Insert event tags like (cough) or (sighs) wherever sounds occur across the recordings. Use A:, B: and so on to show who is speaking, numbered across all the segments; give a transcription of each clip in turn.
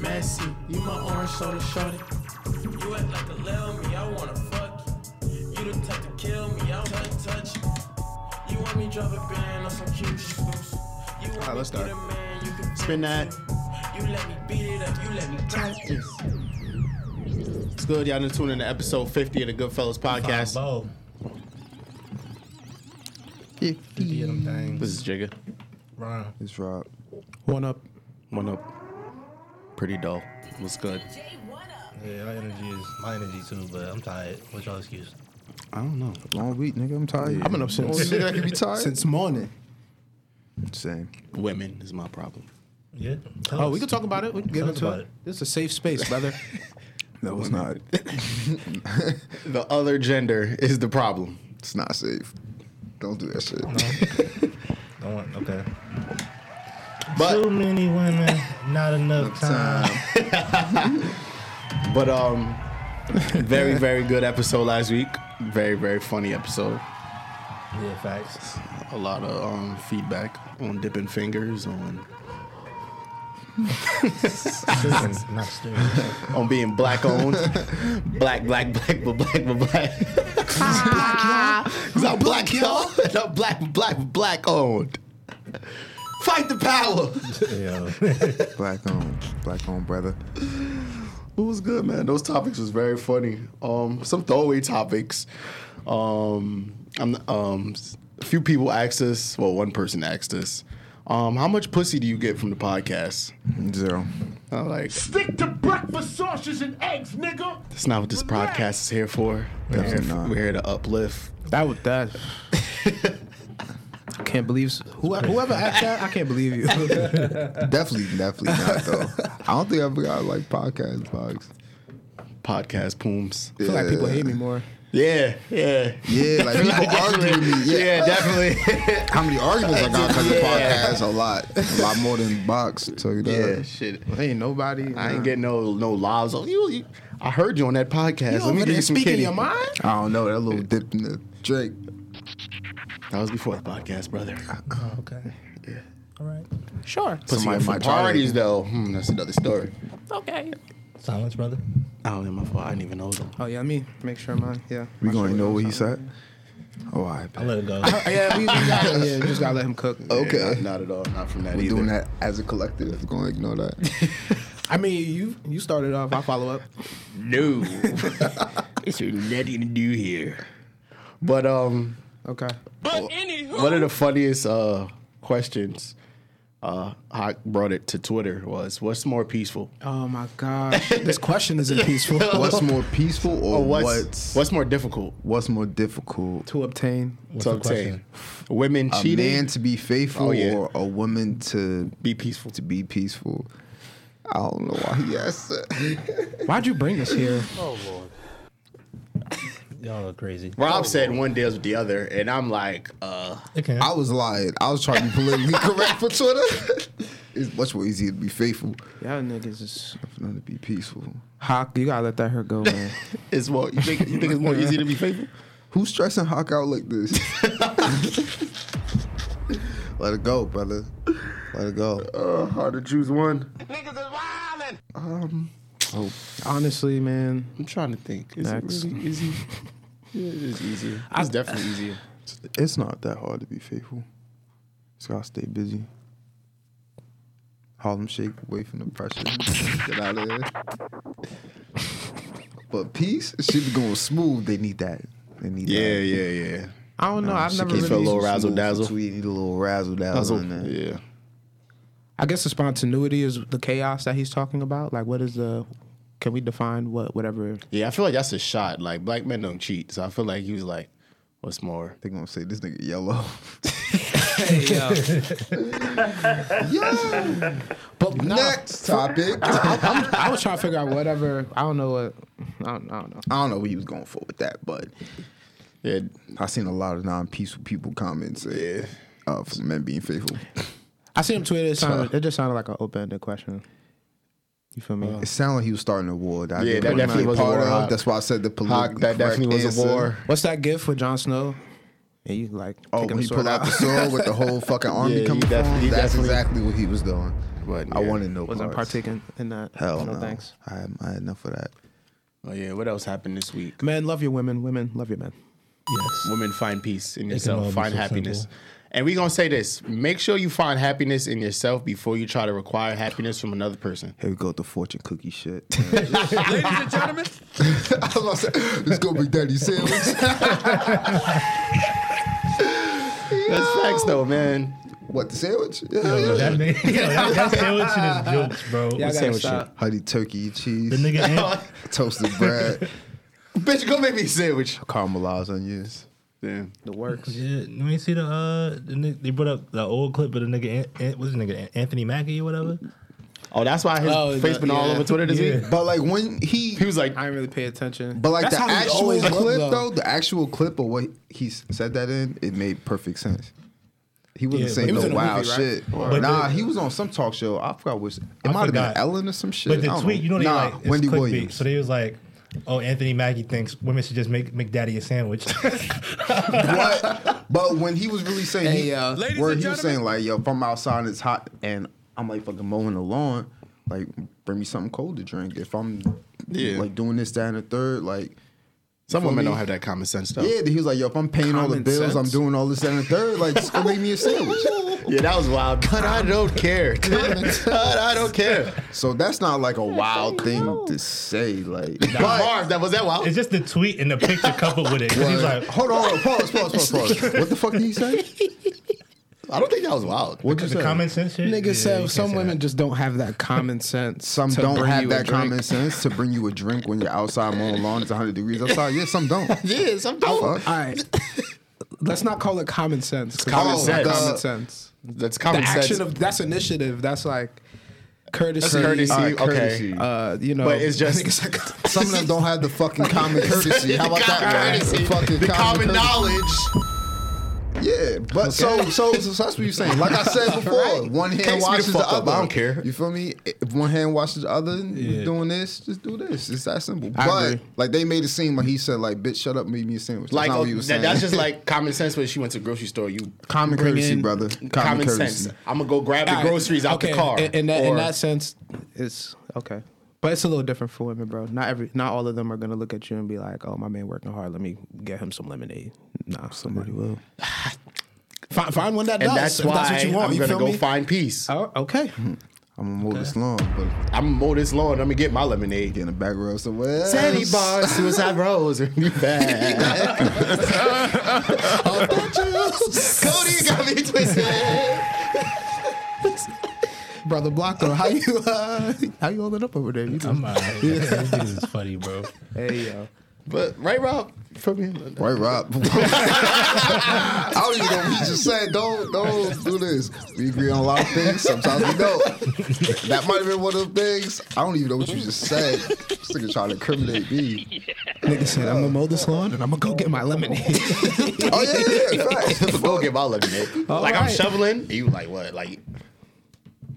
A: messy. You my orange soda shorty. You act like a lil me, I wanna fuck you. You the type to kill me, I'll touch touch you. You want me drop a band on some cute shoes. You want
B: Alright, let's
A: me be
B: start.
A: the man you can
B: Spin
A: turn
B: that.
A: to. You let me beat it up, you let me touch it.
B: It's good. Y'all done tuned in to episode 50 of the Goodfellas podcast.
C: Bo.
B: This
C: Did them things.
B: is Jigga.
C: Ryan.
D: It's Rob.
C: One up.
B: One up. Pretty dull. What's good?
C: Yeah, my energy is my energy too, but I'm tired. What's your excuse?
B: I don't know.
D: Long week, nigga. I'm tired.
E: I've been up
D: Oh,
E: since
D: nigga, I could be tired.
E: since morning.
D: Same.
B: Women is my problem.
C: Yeah. Tell
E: Oh,
C: us.
E: we can talk about it. We can get
C: Tell us
E: into
C: about
E: it.
C: it.
E: This is a safe space, brother.
D: No, it's not.
B: The other gender is the (laughs) problem.
D: It's not safe. Don't do that shit.
C: Don't want. Okay.
B: But
C: Too many women, not enough time.
D: Time.
B: but um very, very good episode last week. Very, very funny episode.
C: Yeah, facts.
B: A lot of um feedback on dipping fingers, on
C: Stupid, (laughs) not stupid.
B: on being black (laughs) owned. black, black, black, but black, but black. (laughs) Cause I'm black, y'all. And (laughs) I'm black, but black, but black owned. Fight the power.
C: Yo.
E: (laughs)
D: Black on. Black on, brother.
B: It was good, man. Those topics was very funny. Um, some throwaway topics. Um, I'm, um, s- a few people asked us. Well, one person asked us, um, "How much pussy do you get from the podcast?"
D: Zero.
B: I'm like,
F: Stick to breakfast sausages and eggs, nigga.
B: that's not what this podcast is here for. We're here,
D: Definitely not.
B: we're here to uplift.
E: that was that. I can't believe who, whoever asked that. I can't believe
D: (laughs)
E: you.
D: Definitely, definitely not though. (laughs) I don't think I've got like podcast vibes.
B: Podcast pooms.
E: I feel like people hate me more.
B: Yeah, yeah.
D: Yeah,
E: (laughs)
D: like people argue with me. Yeah. (laughs)
B: Yeah, definitely.
D: How many arguments I got because
B: Yeah.
D: of podcasts? A lot. A lot more than box. Tell you
B: yeah,
D: that.
B: shit.
E: Ain't nobody.
B: I ain't getting no no lies. Oh, you, you, I heard you on that podcast.
E: You
B: Let me
E: over
B: give
E: there
B: you some
E: speaking
B: kitty.
E: your mind?
D: I don't know. That little dip in the drink.
B: That was before the podcast, brother.
C: Oh, okay. All right.
E: Sure.
B: Pussy
D: Somebody
B: went from
D: might try that
B: parties
D: again.
B: though. Hmm, that's another story.
E: Okay.
C: Silence, brother.
B: Oh, yeah, my fault. I didn't even know them.
E: Oh yeah, let me make sure mine. Yeah.
D: We
E: My
D: gonna
E: shit
D: know
E: was
D: what he
E: on
D: said. Oh, I.
C: I let it go.
E: something. Yeah, we, we got it. Yeah, we just gotta let him cook.
D: Okay.
B: Yeah, not, not at all. Not from that
D: We're
B: either.
D: doing that as a collective. We're gonna ignore that.
E: I mean, you you started off. I follow up.
B: No, (laughs) it's nothing to do here. But um,
E: Okay.
F: But anywho,
B: one of the funniest uh questions uh I brought it to Twitter was, "What's more peaceful?
E: Oh my
D: (laughs)
E: gosh, this question isn't peaceful.
D: (laughs) what's more peaceful or
B: Or Oh, what's
D: what's,
B: what's, more difficult
D: what's more difficult?
E: to obtain?
C: What's
B: to
C: the question?
B: obtain? Women
D: A
B: cheating,
D: man to be faithful
B: Oh, yeah.
D: or a woman to
B: be peaceful."
D: to be peaceful? I don't know why he asked that.
E: Why'd you bring us here?
C: Y'all are crazy.
B: Rob said one deals with the other, and I'm like, uh,
C: Okay.
D: I was lying. I was trying to be
B: (laughs)
D: politically correct for Twitter. (laughs) it's much more easier to be faithful
E: Y'all niggas is
D: than to be peaceful.
E: Hawk. You gotta let that hurt
D: (laughs)
E: go, man.
B: "It's more. You think you think it's more easy to (laughs) be faithful?"
D: Who's stressing Hawk out like this? (laughs) Let it go, brother. Let it go.
B: Uh, hard to choose one.
F: niggas is wildin'.
E: Honestly, man,
B: I'm trying to think. Is
E: Next.
B: it really
D: (laughs)
B: easy? Yeah, it is easier. It's definitely easier.
D: It's not that hard to be faithful. Just gotta stay busy. Harlem Shake, away from the pressure. Get out of there. But peace, shit be going smooth. They need that. They need
B: Yeah,
D: that.
B: yeah, yeah.
E: I don't know. I've
D: Shit
E: never
D: can't
B: feel a
E: really.
B: little
D: smooth
B: razzle dazzle.
D: between- You need a little razzle dazzle. in there.
B: Yeah.
E: I guess the spontaneity is the chaos that he's talking about. Like, what is the? Can we define what? Whatever.
B: Yeah, I feel like that's a shot. Like black men don't cheat. So I feel like he was like, what's more?
D: They gonna say this nigga (laughs) yellow.
E: But no,
D: Next topic.
E: I, I'm- I was trying to figure out whatever. I don't know what. I don't, I don't know.
D: I don't know what he was going for with that, but
B: Yeah.
D: I seen a lot of non-peaceful people comments uh, uh, for men being faithful.
E: I see him tweet. It sounded. It just sounded like an open-ended question. You feel me?
D: It sounded like he was starting a war. That I
B: Yeah,
D: didn't
B: that
D: wanna
B: definitely
D: be
B: was a
D: part
B: war,
D: of.
B: Hawk.
D: That's why I said the
B: Hawk,
D: political.
B: that definitely was a war.
E: What's that gift for Jon Snow? And you like
D: Oh,
E: taking
D: when
E: the
D: he
E: sword
D: pulled out the sword with the whole
B: (laughs)
D: fucking army
B: Yeah, he
D: coming from
B: def- he
D: him. That's
B: definitely-
D: exactly what he was doing.
B: But,
D: I
B: yeah.
D: wanted no
E: (laughs) Wasn't
D: parts.
E: partaking in that.
D: Hell no,
E: thanks.
D: I had, I had enough of that.
B: Oh yeah, what else happened this week?
E: Men love your women. Women love your men.
C: Yes.
B: Women find peace in
C: all be
B: yourself, find
C: so
B: happiness.
C: simple.
B: And we're gonna say this: make sure you find happiness in yourself before you try to require happiness from another person.
D: Here we go with the fortune
B: (laughs)
D: cookie shit.
A: Ladies and gentlemen,
D: I was about to say, it's gonna be daddy sandwich.
B: That's facts, though, man.
D: (laughs) what the sandwich?
C: Yo,
D: Yeah, yeah.
C: that nigga, (laughs) yo, that, that
E: (laughs)
C: sandwich shit is jokes, bro.
B: sandwich shit.
D: Honey turkey cheese,
C: The nigga,
E: (laughs)
C: Ant-
D: toasted bread,
B: (laughs) Bitch, go make me a sandwich. (laughs)
D: caramelized onions.
B: Damn.
E: The works.
C: yeah, you ain't see the uh, the nigga, they brought up the old clip of the nigga, Ant, Ant, what's his nigga, An- Anthony Mackie or whatever.
B: Oh, that's why his
E: Oh,
B: face
E: the-
B: been all
E: yeah.
B: over Twitter this
C: Yeah.
B: week.
D: But like when he,
B: He was like,
E: I didn't really pay attention.
D: but like
E: That's
D: the
E: how we
D: actual
E: always look,
D: clip though. the actual clip of what he s- said that in, it made perfect sense. He wasn't
C: Yeah,
D: saying
C: but- He was
D: no
E: in a
D: wild
E: movie, right?
D: shit.
C: But
D: nah,
C: the-
D: he was on some talk show. I forgot which. It
C: I
D: might have been
C: forgot.
D: Ellen or some shit.
C: But
D: I
C: the
D: don't
C: tweet, you know, they
D: nah,
C: like it's
D: Wendy
C: clickbait.
D: Williams.
C: So
D: (laughs)
C: they was like, "Oh, Anthony Mackie thinks women should just make make daddy a
D: (laughs)
C: sandwich."
D: But, but when he was really saying,
E: Hey,
D: he,
E: yo. Ladies
D: where
A: and
D: he was saying like, yo, if I'm outside and it's hot and I'm like fucking mowing the lawn, like bring me something cold to drink. If I'm
B: Yeah.
D: like doing this, that, and the third, like
B: some
D: For
B: women
D: me-
B: don't have that common sense though.
D: yeah, he was like, yo, if I'm paying all the
E: Common
D: bills, I'm
E: sense.
D: doing all this, that, and the third, like just go make me a sandwich.
B: (laughs) Yeah, that was wild. Cut, I don't (laughs) care. Cut, I don't care.
D: So that's not like a wild thing to say, like.
B: But Marv, that was that wild.
C: it's just the tweet and the picture coupled with it. 'Cause He's
D: But-
C: like,
D: hold on, pause, pause,
B: (laughs)
D: pause, pause. What the fuck did he say?
B: I don't think that was wild.
D: What'd you
C: the
D: say?
C: common sense shit.
E: Niggas
C: Yeah, you
E: said
C: can't
E: some
C: say
E: women
C: that.
E: just don't have that common sense.
D: Some
E: to
D: don't
E: bring
D: have
E: you a
D: that
E: drink.
D: common sense to bring you a drink when you're outside mowing lawn. It's 100 degrees outside. Yeah, some don't.
B: (laughs) Yeah, some
D: Fuck.
E: All right. (laughs) Let's not call it common sense. 'cause
B: Common
E: it's
B: sense.
E: not Common
B: The-
E: sense.
B: That's
E: The
B: common sense.
E: action of that's initiative. That's like courtesy.
B: That's courtesy.
D: All
B: okay.
D: courtesy.
E: Uh, you know,
B: But it's just- (laughs)
E: niggas like-
D: Some of them don't have the fucking common courtesy. How about
B: The common
D: that?
B: courtesy,
D: The fucking
B: the common,
D: courtesy.
B: knowledge.
D: Yeah, but so, so so so that's what you're saying. Like I
B: (laughs)
D: said before, one hand
B: Can't speed the
D: washes the
B: fuck up,
D: other.
B: I don't care.
D: You feel me? If one hand washes the other, and you
C: Yeah.
D: doing this, just do this. It's that simple.
E: I
D: but
E: agree.
D: like they made it seem like he said, like, bitch, shut up, make me a sandwich. That's
B: Like
D: not
B: oh,
D: what he was
B: that,
D: saying.
B: that's just like common sense. When she went to the grocery store, you
D: common
E: bring
D: courtesy,
E: in
D: brother. Common,
B: common,
D: courtesy.
B: sense. I'm gonna go grab
E: All
B: the
E: right.
B: groceries out
E: Okay,
B: the car.
E: In, in that, in
B: Or-
E: that sense, it's okay. But it's a little different for women, bro. Not every, not all of them are gonna look at you and be like, "Oh, my man working hard. Let me get him some lemonade." Nah, somebody (sighs) will. find, find one that
B: and
E: does.
B: that's
E: if
B: why
E: that's what you want.
B: I'm
E: you
B: gonna
E: feel
B: go
E: me?
B: find peace. I'm
E: Oh,
B: (laughs)
E: okay.
D: I'm gonna mow this lawn, but
B: gonna mow this lawn. I'm gonna get my lemonade.
D: getting a back row somewhere. else.
E: (laughs)
B: Sandy bars, suicide rolls, are you bad? Cody got me twisted.
E: Brother Blocker, how you uh, how you holding up over there? You
C: I'm alright.
E: (laughs)
C: This dude is funny, bro.
E: hey yo.
B: But right, Rob, from you.
D: Right, (laughs) Rob. I don't even know what he just said. Don't, don't do this. We agree on a lot of things. Sometimes we don't. That might have been one of the things. I don't even know what you just said. This nigga trying to incriminate me.
E: Nigga said, I'm gonna mow this lawn and I'm gonna go get
B: (laughs)
E: my lemonade. (laughs)
D: Oh yeah, yeah, yeah. Fact.
B: Go get my lemonade.
E: (laughs) All
B: like I'm
E: right.
B: shoveling. and You like what? Like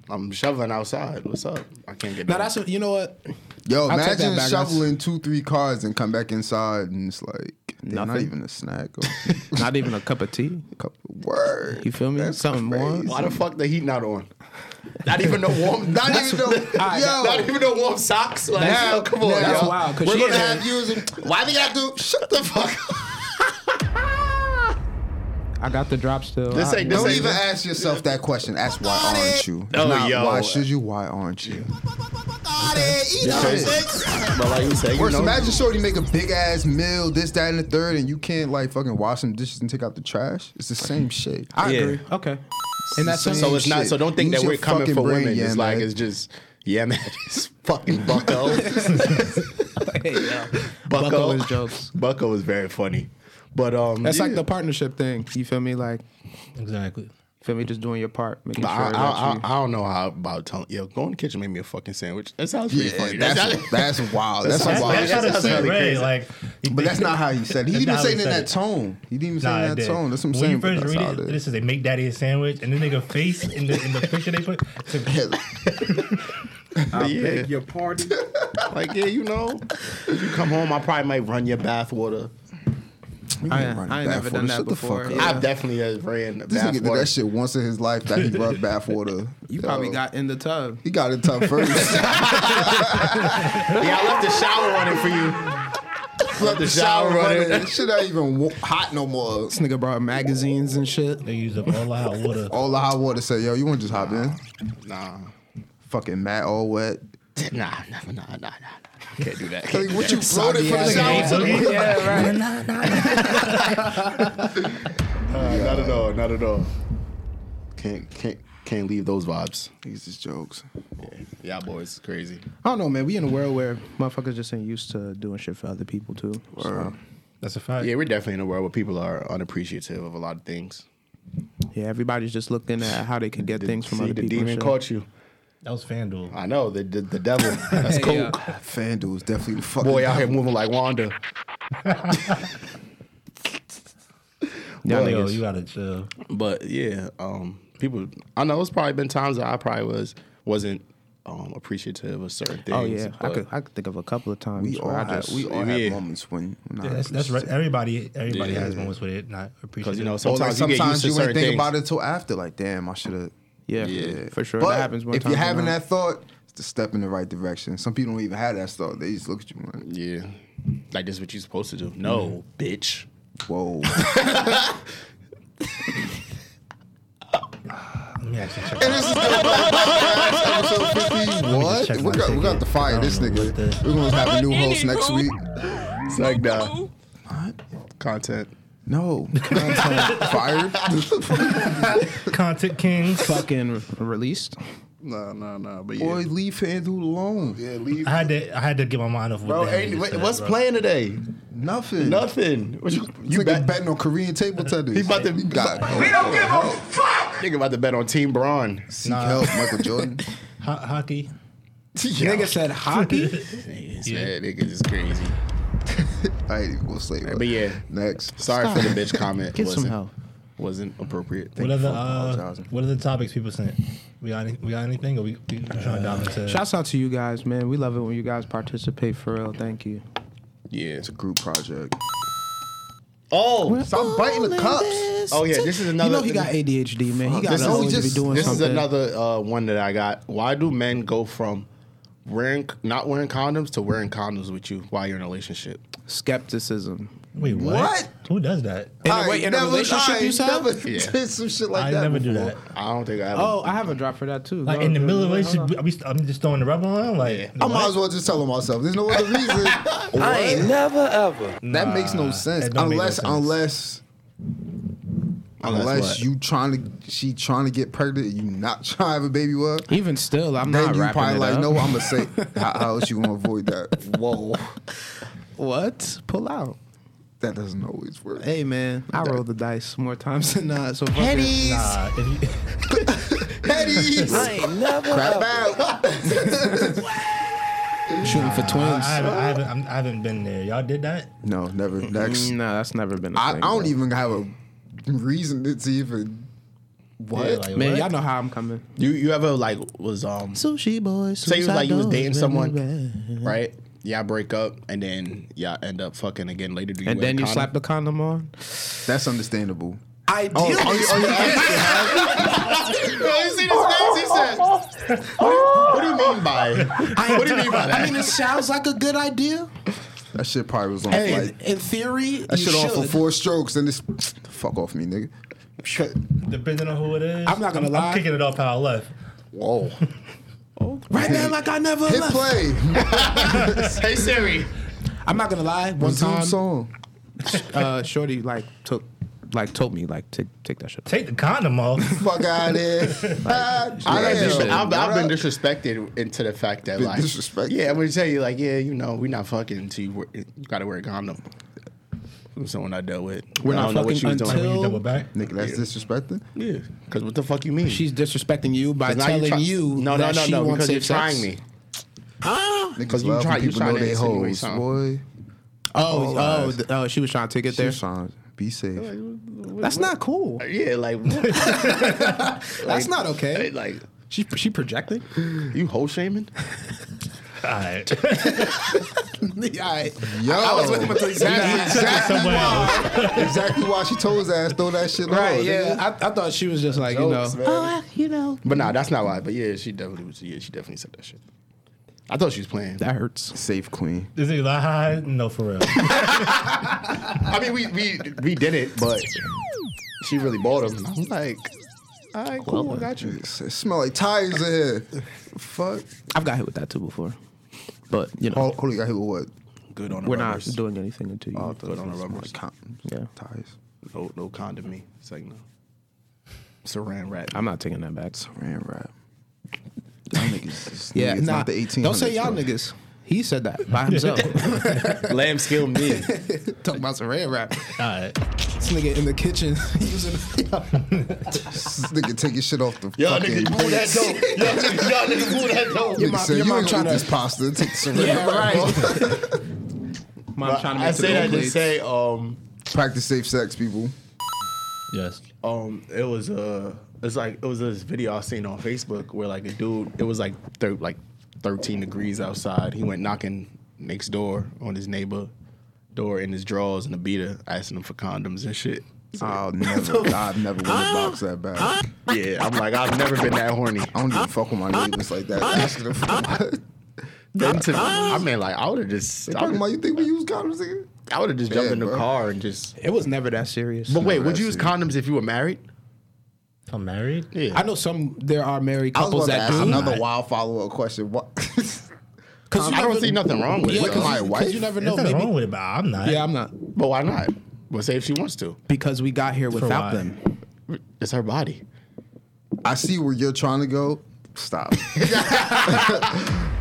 B: I'm shoveling outside. What's up? I can't get.
E: now
B: no-
E: that's what, you know what?
D: Yo,
E: I'll take that
D: imagine
E: back, guys.
D: shoveling two, three cars and come back inside and it's like they're not
E: Nothing.
D: even a
E: (laughs)
D: snack or
E: Not even a cup of tea.
D: a cup of word.
E: You feel me?
D: That's
E: Something more?
D: crazy.
B: why the fuck the heat not on? Not even the
E: (laughs)
B: warm. Not even
D: Yo,
B: the. Not even the warm socks. Like,
D: Now-
B: yo, come on,
D: now-
E: That's
B: y'all.
E: wild. Cause
D: we're
E: she
D: gonna
E: in
D: have
E: there.
D: using.
B: Why we gotta do? Shut the fuck up.
E: I got the drop still.
B: This
E: I-
B: ain't this
D: Don't
B: ain't
D: even ask yourself that question. Ask why aren't you?
B: Oh,
D: Not
B: yo.
D: Why should you? Why aren't you?
B: But like you said, you
D: Worse,
B: know,
D: imagine Shorty make a big ass meal, this, that, and the third, and you can't like fucking wash some dishes and take out the trash. It's the same shit.
E: I
B: Yeah.
E: agree. Okay. And that's
D: the
E: so
B: So it's not.
D: shit.
B: So don't think
D: Use
B: that
D: your
B: we're coming
D: fucking
B: for
D: brain,
B: women.
D: yeah,
B: it's like
D: man.
B: it's just yeah, man. (laughs) It's
D: (laughs)
B: fucking bucko.
E: (laughs) hey, yo.
B: bucko.
E: Bucko is jokes.
B: Bucko is very funny. But um,
E: That's like
B: yeah.
E: the partnership thing. You feel me? Like, you
C: Exactly.
E: feel me? Just doing your part, making
B: But
E: sure
B: I,
E: that
B: I,
E: you.
B: I, I don't know how about telling yo go in the kitchen make me a fucking sandwich. That sounds pretty
D: Yeah,
B: funny.
D: that's, that's wild. That's,
B: (laughs) That's-
D: a wild.
B: that's-
C: That's how the
B: that's
C: shit
B: really
C: read.
B: crazy.
C: Like, he
D: but
C: thinks-
D: that's not how he said it.
C: That's
D: He didn't
C: not
D: say
C: how he
D: it in
C: said
D: that
C: it.
D: tone. He didn't even say
C: Nah,
D: it
C: it
D: in that
C: did.
D: tone. That's what I'm
C: when
D: saying.
C: you
D: but
C: first
D: that's
C: read
D: how
C: it,
D: it is.
C: this is they make daddy a sandwich, and the nigga face in the in the picture they put. it's a-
B: But (laughs) yeah, (laughs)
E: your party.
B: like yeah, you know, if you come home, I probably might run your bath water.
E: I, I ain't never done that before. Yeah.
B: I've definitely has ran
D: This nigga did
B: bathwater.
D: that shit once in his life that he rubbed bathwater.
E: You probably got in the tub.
D: He got in top first.
B: Yeah, I left the shower running for you.
D: Left the shower running. This shit not even wa- hot no more.
E: This nigga brought magazines and shit.
C: They used up all the hot water.
D: All the hot water said, yo, you want to just hop in?
B: Nah,
D: Fucking Matt all wet.
B: nah, never, nah, nah, nah, nah. Can't do that.
D: Like, what you floated for the
E: ass
D: shower?
E: nigga.
C: (laughs)
D: (laughs)
C: yeah, right.
B: not at all. Not at all. Can't can't can't leave those vibes.
D: These is jokes.
B: Yeah, boys, crazy.
E: I don't know, man. We in a world where motherfuckers just ain't used to doing shit for other people too. So,
C: That's a fact.
B: Yeah, we're definitely in a world where people are unappreciative of a lot of things.
E: yeah, everybody's just looking at how they can get things from
B: See,
E: other
B: the
E: people.
B: demon
E: and shit.
B: caught you.
C: That was FanDuel.
B: I know the the, the devil. (laughs)
E: (laughs)
B: That's cool.
E: yeah.
D: FanDuel is definitely the fucking
B: Boy out here moving like
E: (laughs)
B: Wanda. (laughs)
E: Y'all
C: Yo,
E: niggas.
C: you gotta chill.
B: But yeah, um, people. I know it's probably been times that I probably was wasn't um, appreciative of certain things.
E: Oh yeah, I
B: but-
E: could I could think of a couple of times
D: We all,
E: where I
D: have,
E: just
D: we all
B: yeah.
D: have moments when. when I
C: That's, that's right.
D: appreciate-
C: Everybody, everybody
B: Yeah.
C: has moments where they're not appreciative.
B: you know,
D: Or, like,
B: sometimes, you get used
D: sometimes
B: to
D: you,
B: certain
D: ain't think
B: things.
D: about it till after. Like, damn, I should have.
E: yeah,
B: Yeah.
E: for sure
D: But
E: that happens one
D: if
E: time. uh,
D: you're
E: or
D: having
E: not.
D: that thought, it's a step in the right direction. Some people don't even have that thought. They just look at you like,
B: Yeah, like this is what you're supposed to do. No, bitch.
D: whoa. (laughs)
C: Let me actually check.
D: And this is the podcast episode 50. What?
C: check
D: We
C: my
D: got, we got
C: ticket.
D: to
C: I
D: fire
C: don't
D: this
C: know
D: nigga.
C: what the-
D: We're going to have a new host
F: Anywho.
D: next week.
B: It's like that. Content.
D: No. Fired?
C: Content Kings.
E: fucking released.
B: No, no, no. But
D: Boy, leave FanDuel alone.
B: yeah, leave.
C: I had to, I had to get my mind off. what
B: Bro,
C: the hell
B: ain't,
C: you
B: wait,
C: said,
B: what's
C: bro.
B: playing today?
D: Nothing.
B: Nothing. What you
D: You
B: you
D: nigga
B: bet,
D: betting on Korean table tennis.
B: He about to-
D: You got
F: We don't give a fuck.
B: Nigga about to bet on Team Braun.
D: seek help, Michael Jordan.
C: Ho- hockey?
E: Nigga said hockey.
B: Yeah, niggas is crazy.
D: I ain't even gonna say that.
B: But yeah,
D: Next.
B: sorry for the bitch comment.
E: Get
B: wasn't,
E: some help.
B: Wasn't appropriate.
C: What are the uh,
D: apologizing.
C: what are the topics people sent? We got any, we got anything? Or we, we
E: Uh,
C: trying to dive into?
E: Shouts out to you guys, man. We love it when you guys participate for real. Thank you.
B: Yeah.
D: It's a group project.
B: Oh,
D: Stop biting the cups.
B: oh yeah. This is another.
E: you know he got ADHD, man. He got
B: This
E: to
B: is
E: always
D: just-
E: be doing
B: this
E: something.
B: is another uh, one that I got. Why do men go from wearing not wearing condoms to wearing condoms with you while you're in a relationship?
E: skepticism.
C: Wait, what?
D: What?
C: Who does that?
E: In a, way, in a relationship, you said.
D: never
B: Yeah.
D: (laughs) did some shit like
C: I
D: that.
C: never do
D: before.
C: that.
B: I don't think I ever.
E: Oh, I have a drop for that too.
C: Like
E: Go
C: in the
E: ahead,
C: middle of a
E: go ahead, hold on.
C: relationship, are we, I'm just throwing the rubber on. Like
B: Yeah.
D: I
C: what?
D: might as well just tell him myself. There's no other reason.
G: I
D: What?
G: ain't never ever.
D: That makes no sense.
C: it don't make no
D: Unless,
C: sense.
D: unless,
B: Unless
D: unless,
B: what?
D: you trying to, she trying to get pregnant, and you not (laughs) trying to have a baby with. her,
E: Even still, I'm
D: Then
E: not
D: you
E: wrapping
D: probably
E: it
D: like,
E: up.
D: no, I'm gonna say, how, how else you gonna avoid that? Whoa,
E: What? Pull out.
D: that doesn't always work.
E: Hey man, I roll the dice more times (laughs) than not. So fuck it.
C: Nah, Uh, if you, (laughs)
G: I ain't never
D: Crap
G: ever.
D: out.
E: shooting for
C: I, I
E: twins.
C: haven't, I haven't, I'm, I haven't been there. Y'all did that?
D: No, never. Next,
E: no, that's never been. a
D: I, I
E: thing,
D: don't
E: bro.
D: even have a reason to even. What?
C: Yeah, like,
E: Man,
C: what?
E: y'all know how I'm coming.
B: you you ever like was um
E: Sushi boys.
B: say you was like you was dating someone, right? Y'all break up and then y'all end up fucking again later. Do you
E: And
B: wear
E: then you
B: condom?
E: slap the condom on.
B: (laughs)
D: That's understandable.
E: I
D: Oh, oh, you- oh, you asking, huh?
B: Yo, (laughs) you see this face he said? What do, you- what do you mean by? What do you mean by that?
E: mean, it sounds like a good idea.
D: That shit probably was on
E: Hey,
D: like
E: in theory,
D: that
E: you
D: shit on for
E: should.
D: four strokes and this fuck off me, nigga.
C: Depending on who it is,
E: I'm not gonna lie.
C: I'm kicking it off how I left.
D: Whoa.
E: Right now, like I never
D: Hit
E: left.
D: play.
B: hey Siri.
E: I'm not gonna lie. One
D: Zoom
E: time,
D: song.
E: (laughs) uh, Shorty like took, like told me like take take that shit. off.
C: Take the condom off. (laughs)
D: Fuck out of here.
B: I
D: I
B: got dis-
D: shit.
B: I've, I've been disrespected into the fact that
D: Been
B: like
D: disrespected.
B: Yeah, I'm gonna tell you like yeah, you know, we not fucking until you, wear, you gotta wear a condom. From someone I dealt with,
E: We're
B: I
E: not
B: don't know what
E: fucking
B: you was
C: When
E: until-
B: doing.
C: you double back.
D: Nigga, that's disrespecting.
B: Yeah, because what the fuck you mean?
E: She's disrespecting you by
B: 'Cause now
E: telling you,
B: try- no, no,
E: that
B: no,
E: she
B: no,
E: wants
B: because you're
E: safe sex.
B: trying me.
D: Niggas
B: Cause you
D: love
B: try-
D: when
B: you
D: people
B: trying
D: know
B: to
D: they
B: insinuate
D: hoes,
B: something.
D: boy.
E: Oh,
D: Oh,
E: oh, th- oh, she was trying to take it there.
D: They're trying. Be safe.
E: That's not cool.
B: Yeah, like
E: That's not (laughs)
B: (laughs)
E: okay.
B: like
E: She she projected.
B: you hoe shaming. (laughs)
C: All right.
E: right.
D: Yo, I was with him until he said
E: that.
D: exactly
C: Somewhere
D: why. (laughs) exactly why she told his ass throw that shit.
E: Right,
D: on, nigga.
E: yeah. I, I thought she was just like,
D: Jokes,
E: you know.
D: man.
B: But nah, that's not why. But yeah, she definitely was. Yeah, she definitely said that shit. I thought she was playing.
E: That hurts.
H: Safe queen.
C: This nigga like, "Ha, ha, no, for (laughs) real.
B: I mean, we we we did it, but she really bought him. I'm like, all right, cool, I got you.
D: It smell like tires in here.
B: Fuck.
E: I've got hit with that too before. But, you know,
D: Oh, hold on, I hit with what?
B: Good on the
E: we're
B: rubbers.
E: not doing anything until you.
B: Good on the rubbers.
E: yeah.
D: Tires.
B: No, no condom me. It's like no. Saran wrap.
E: I'm not taking that back.
H: Ran rap. Y'all niggas. is-
E: Yeah,
H: it's
E: nah,
H: not the 1800s.
E: Don't say y'all
H: bro.
E: niggas. He said that by himself.
B: Lamb skill me.
E: Talking about some red rap.
C: All right.
E: This nigga in the kitchen (laughs) using.
D: This nigga taking shit off the
B: (laughs) Y'all
D: fucking
B: niggas move that dope. Y'all niggas, y'all niggas move that dope.
D: Nigga
E: my-
D: said,
E: your
D: you
E: mom
D: ain't trying
E: trying
D: to
E: to-
D: eat this pasta. Take some
E: Yeah,
D: red
E: right. Mom trying to
B: I
E: get to
B: say
E: the
B: that
E: old
B: to
E: place.
B: say, um,
D: Practice safe sex, people.
C: Yes.
B: um, it was uh, it's like it was this video I seen on Facebook where like a dude, it was like thir- like thirteen degrees outside. He went knocking next door on his neighbor door in his drawers and a beater, asking him for condoms and shit.
D: I'll never,
E: (laughs)
D: I've never won a box that bad. I
B: Yeah, I'm like, I've never been that (laughs) horny.
D: don't even fuck with my neighbors like that. Asking them
E: (laughs)
D: for
B: Them to- I mean, like, I would have just, I
D: Talking about
B: would
D: you think we use condoms, nigga?
B: have just jumped
D: Yeah,
B: in the
D: bro.
B: car and just.
E: It was never that serious.
B: But wait,
D: Never
B: would you use
D: actually.
B: condoms if you were married?
C: If I'm married.
E: I know some. There are married
D: I was
E: couples
D: about to
E: that
D: ask
E: do.
D: another wild follow up question. What? (laughs)
E: Cause you
B: I don't
E: never-
B: see nothing wrong with
E: Yeah,
B: it.
D: With my
E: cause you, 'cause
D: wife?
E: you never know.
C: There's nothing
E: Maybe.
C: wrong with it, but I'm not.
E: Yeah, I'm not
B: But why not? Well, say if she wants to.
E: because we got here without
C: why?
E: them.
B: It's her body.
D: I see where you're trying to go. Stop.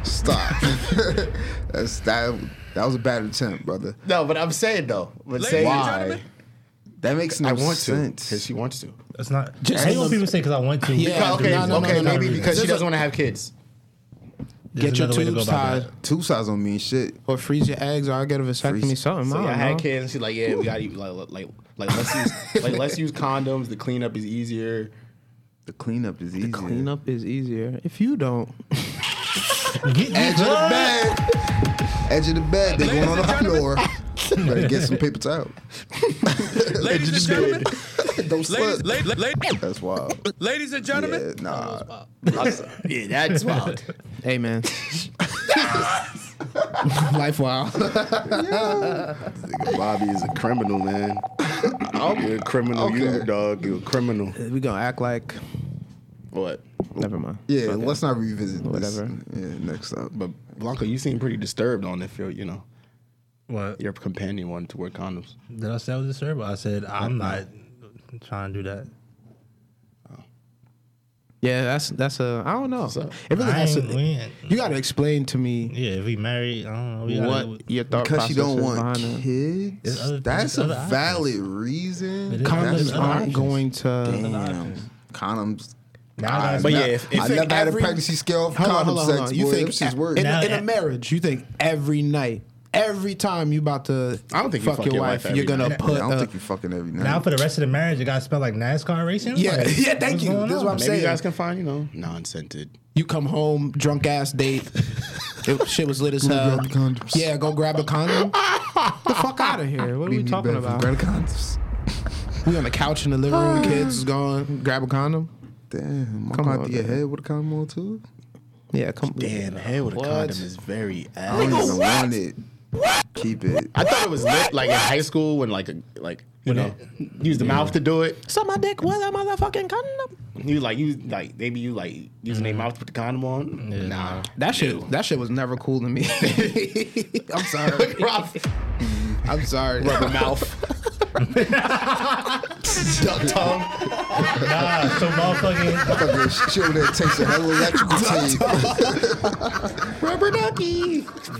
D: Stop. (laughs) That's that. That was a bad attempt, brother.
B: No, but I'm saying though. But say
D: Why? That makes no
B: I want to because
D: sense.
B: she wants to.
C: It's not.
E: Just
C: I hate
E: look-
C: when people say because I want to.
E: Yeah,
B: okay,
E: no, no, no,
B: okay,
E: no, no,
B: maybe
E: no.
B: because she
E: There's a-
B: doesn't want to have kids.
C: There's
E: Get your
C: another way to
E: tubes
C: go about
E: tied
C: that.
D: Two sides don't mean shit.
E: or freeze your eggs or get a vasectomy.
D: Freeze-
E: Something.
B: So
E: I
B: yeah, I
E: don't
B: had
E: know.
B: kids, and she's like, yeah, we got to like, like, like let's use, like let's use condoms. The cleanup is easier.
H: The cleanup is easy.
E: Cleanup is easier if you don't.
C: Get,
D: Edge
C: get
D: of the
C: what?
D: bed. Edge of the bed. They going on the floor. Better get some paper towel.
B: Ladies and gentlemen,
D: Don't slip.
A: Ladies,
D: That's wild.
A: ladies and
D: Yeah, nah.
B: yeah, that's wild.
E: Hey man. Life wild.
B: Bobby is a criminal, man. I'll be a criminal. You
D: Okay.
B: dog, you a criminal.
E: we gonna act like.
B: What?
E: Never mind.
D: Yeah, let's not revisit
E: Whatever.
D: This. Yeah, next up.
B: But Blanca, you seem pretty disturbed on if your, you know,
C: What?
B: your companion wanted to wear condoms.
C: Did I say I was disturbed? I said I'm not trying to do that.
E: Yeah, that's that's a. I don't know.
B: up?
E: It really
C: I
E: has
C: ain't, we
E: to.
C: ain't-
E: You gotta explain to me
C: Yeah, if we married, I don't know. We gotta-
E: what your thought
D: Because
E: process
D: she don't
E: is
D: want
E: behind it.
D: kids.
C: There's other-
D: That's
C: there's
D: a
C: other options.
D: valid
C: It
D: reason.
C: is.
D: That's
E: Condoms
C: Other
E: aren't
C: options.
E: going to.
D: Damn. Condoms.
C: Now I gotta-
B: But
D: Nah,
B: yeah, if- if
D: I
B: it-
D: never had a
E: every-
D: pregnancy scale for
E: Hold on,
D: condom
E: hold on,
D: sex.
E: hold on.
D: boy,
E: You
D: them
E: think
D: shit's
E: a-
D: worse.
E: in,
C: Now-
E: in a marriage, you think every night, every time you about to
B: I don't think you
E: fuck, your, wife,
B: every
E: you're gonna
B: night.
E: put. uh,
D: I don't
E: a-
D: think you fucking every night.
C: now for the rest of the marriage, it got to smell like NASCAR racing.
E: Yeah,
C: Like,
E: (laughs) yeah, thank
C: what's
E: you.
C: going
E: That's
C: on?
E: what I'm
B: Maybe
E: saying.
B: you guys can find, you know, non-scented.
E: you come home drunk
D: (laughs)
E: ass date. It, shit was lit as hell.
D: grab the condoms.
E: Yeah, go grab a condom. the fuck out of here. What are we
D: Leave me
E: talking
D: back for
E: about?
D: Greta condoms.
E: we on the couch in the living
D: (sighs)
E: room. Kids is gone. Grab a condom.
D: Damn,
E: Come
D: come out
E: on,
D: to your
E: man.
D: head with a condom on too.
E: Yeah, come.
B: Damn, hair with
E: What?
B: a condom is very
D: I don't
B: ass.
D: even want it. Keep it.
B: I thought it was lit, like in high school when like a, like you know use the mouth to do it.
E: Suck my dick with a motherfucking condom.
B: You like you like maybe you like using their mouth to put the condom on. Nah,
E: That shit.
B: (laughs)
E: That shit was never cool to me. (laughs) I'm sorry. I'm sorry.
B: rubber
E: (laughs)
B: mouth, duck tongue.
C: Nah, so motherfucking.
D: Fucking shit over there takes a whole
E: (laughs)
D: electrical tape.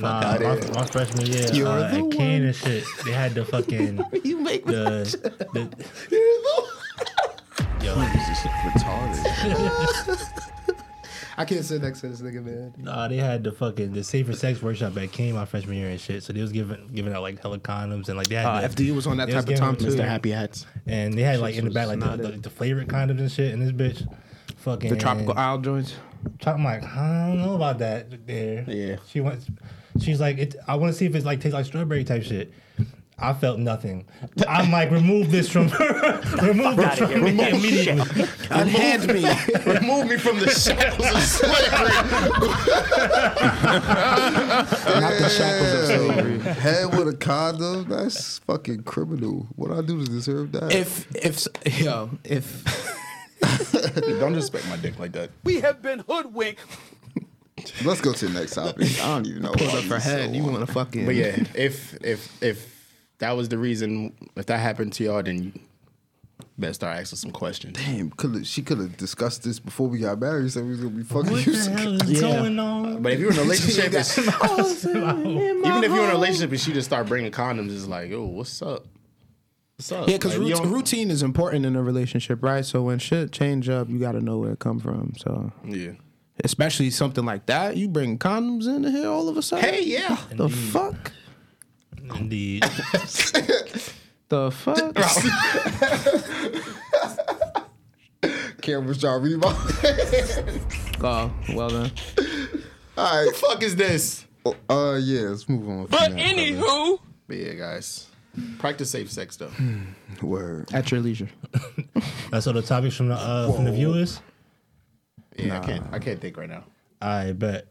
C: Nah, my, my freshman year
E: You're
C: uh,
E: the
C: at King and shit, they had the fucking
E: you make me.
C: the, the
D: (laughs)
H: Retarded.
E: I can't sit next to this nigga, man.
C: Nah, they had the fucking the safer sex workshop at King my freshman year and shit. So they was giving giving out like hella condoms and like they had
E: Uh,
C: the,
E: FDU was on that
C: they
E: type of
C: giving
E: time
C: them
E: too.
B: Mr. Happy Hats.
C: And they had like in the back like the,
E: not
C: the,
E: it.
C: the flavored condoms and shit. And this bitch, fucking
E: The tropical isle joints.
C: Tro- I'm like, I don't know about that. There,
B: Yeah.
C: She went. She's like, it, I want to see if it's like tastes like strawberry type shit. I felt nothing.
E: (laughs)
C: I'm like, remove this from remove this from me immediately.
E: (laughs) Unhand me. (laughs)
B: Remove me from the shackles of slavery.
D: Not the shackles of slavery. (laughs) Head with a condom. That's fucking criminal. What I do to deserve that?
E: If if yo if
B: Don't disrespect my dick like that.
G: We have been hoodwinked.
D: Let's go to the next topic. I don't even know.
E: put
D: why
E: up her
D: we so
E: head, you
D: on.
E: want to fucking.
B: But (laughs) yeah, if if if that was the reason, if that happened to y'all, then you better start asking some questions.
D: Damn, could she could have discussed this before we got married? So we was gonna be fucking.
C: What the hell is going on?
B: (laughs)
E: (laughs)
B: But if you're in a (laughs) relationship, it's- even if you're in a relationship and she just start bringing condoms, it's like, yo, what's up? What's up?
E: Yeah, because
B: Like, you don't-
E: routine is important in a relationship, right? So when shit change up, you got to know where it come from. So
B: Yeah.
E: especially something like that, you bring condoms into here all of a sudden.
B: Hey, yeah.
E: the fuck,
C: Indeed.
E: the (laughs) fuck.
D: Cameras, y'all read my.
E: oh well then.
D: All right.
B: fuck is this?
D: Uh, yeah. Let's move on.
G: But anywho,
B: But yeah, guys, practice safe sex though.
D: word.
E: At your leisure.
C: That's all the topics from the uh, from the viewers.
B: Yeah, I can't. I can't think right now.
C: I bet.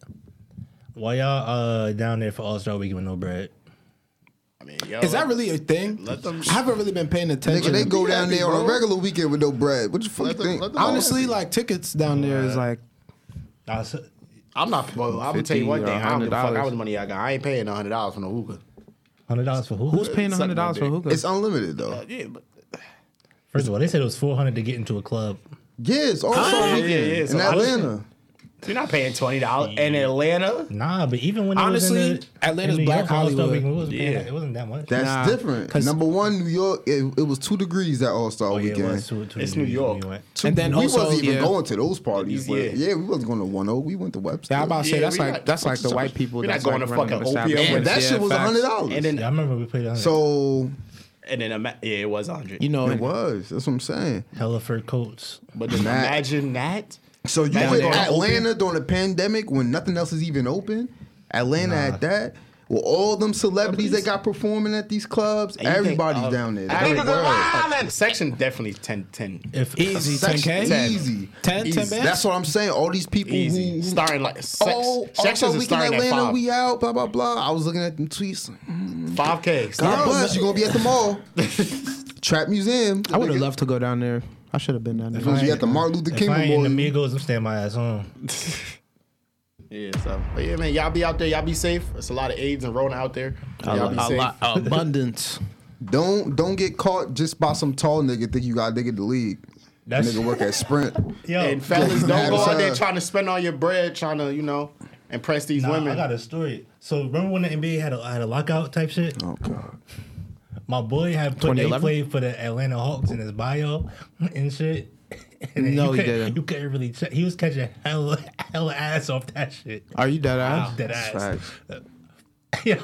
C: Why y'all uh, down there for All Star Weekend with no bread?
B: I mean, yo,
E: Is that really a thing?
B: Let them-
E: I haven't really been paying attention.
D: Nigga, they go
B: Be
D: down
B: happy,
D: there
B: bro.
D: on a regular weekend with no bread. What the fuck
B: Let
D: you
B: them-
D: think?
B: let them-
E: honestly like tickets down there is like
C: I said-
B: I'm not. Well, I'm gonna tell you one
E: 50
B: thing.
E: or
B: I don't give a fuck
E: $100.
B: how much money I got. I ain't paying hundred dollars for no hookah.
C: Hundred dollars for who?
E: who's paying
B: Suck my
E: hundred dollars for
B: dick.
E: hookah?
D: It's unlimited though.
B: Yeah, but
C: First of all, they said it was four hundred to get into a club.
D: Yes, all star
B: yeah,
D: weekend
B: yeah, yeah. So
D: in
B: I was-
D: Atlanta.
B: you're not paying twenty dollars in Atlanta.
C: Nah, but even when it
E: Honestly,
C: was in the,
E: Atlanta's
C: in New
E: Black
C: York for All-Star
E: Hollywood.
C: Weekend, it wasn't, paying
B: Yeah.
C: that- it wasn't that much.
D: That's
E: Nah,
D: different.
E: 'cause-
D: Number one, New York. It, it was two degrees that All Star
C: Oh, yeah, it
D: weekend.
C: was to- to
B: It's
C: the
B: New York.
C: anyway.
D: Two-
E: And then
D: we
E: also,
D: wasn't even
E: yeah.
D: going to those parties.
B: Yeah.
D: where- yeah, we wasn't going to one o. We went to Webster.
E: Yeah, I about to say
B: Yeah,
E: that's
B: we
E: like
B: not-
E: that's like the white people.
B: we not
E: that's
B: going
E: like
B: to
E: running
B: fucking
E: up
B: OPM.
E: establishments.
D: And that
E: Yeah,
D: shit was
E: facts.
D: hundred dollars.
B: And then
C: Yeah, I remember we played on so,
D: so
B: and then ima- Oh, yeah, it was hundred.
E: You know,
D: it was. That's what I'm saying.
C: hella fur coats.
B: but just
D: Matt.
B: imagine that.
D: So you
B: That
D: in
B: was all
D: Atlanta during the pandemic when nothing else is even open. Atlanta at that. With all them celebrities that got performing at these clubs,
B: you think uh,
D: everybody's
B: of
D: down there.
B: Average-
D: Like, word.
B: Uh, Section definitely 10, 10.
C: If
E: easy ten
B: Section
E: k,
B: 10.
D: Easy.
E: 10, 10 bands?
D: That's what I'm saying. All these people
B: Easy.
D: who
B: Starting like sex,
D: Oh,
B: sections
D: also
B: is
D: we can
B: starting at
D: Atlanta.
B: five.
D: We out. Blah blah blah. I was looking at them tweets.
B: five K.
D: God bless. You're gonna be at
C: (laughs)
D: the mall. Trap Museum.
E: I would have loved to go down there. I should have been down
D: You
E: there.
D: gonna be at the Martin Luther
C: if
D: King
C: I ain't in the
D: Memorial.
C: Migos, I'm staying my ass home.
B: Yeah, so but yeah, man, y'all be out there, y'all be safe. It's a lot of AIDS and Rona out there. Y'all be
E: A
B: safe.
E: lot-
D: oh,
E: abundance.
D: Don't don't get caught just by some tall nigga. Think you got a nigga in the league.
C: That's-
D: nigga work at Sprint.
C: Yo,
B: And fellas, don't go out there
D: Outside.
B: trying to spend all your bread, trying to you know impress these
C: nah,
B: women.
C: I got a story. So remember when the NBA had a had a lockout type shit?
D: Oh God.
C: My boy had put they
E: 2011?
C: played for the Atlanta Hawks in his bio (laughs) and shit. (laughs) And
E: No,
C: you
E: he
C: couldn't-
E: didn't.
C: You couldn't really check. He was catching hella (laughs) hella ass off that shit.
E: (laughs) Are you dead ass?
C: Dead ass.
D: Facts.
C: (laughs) Yeah.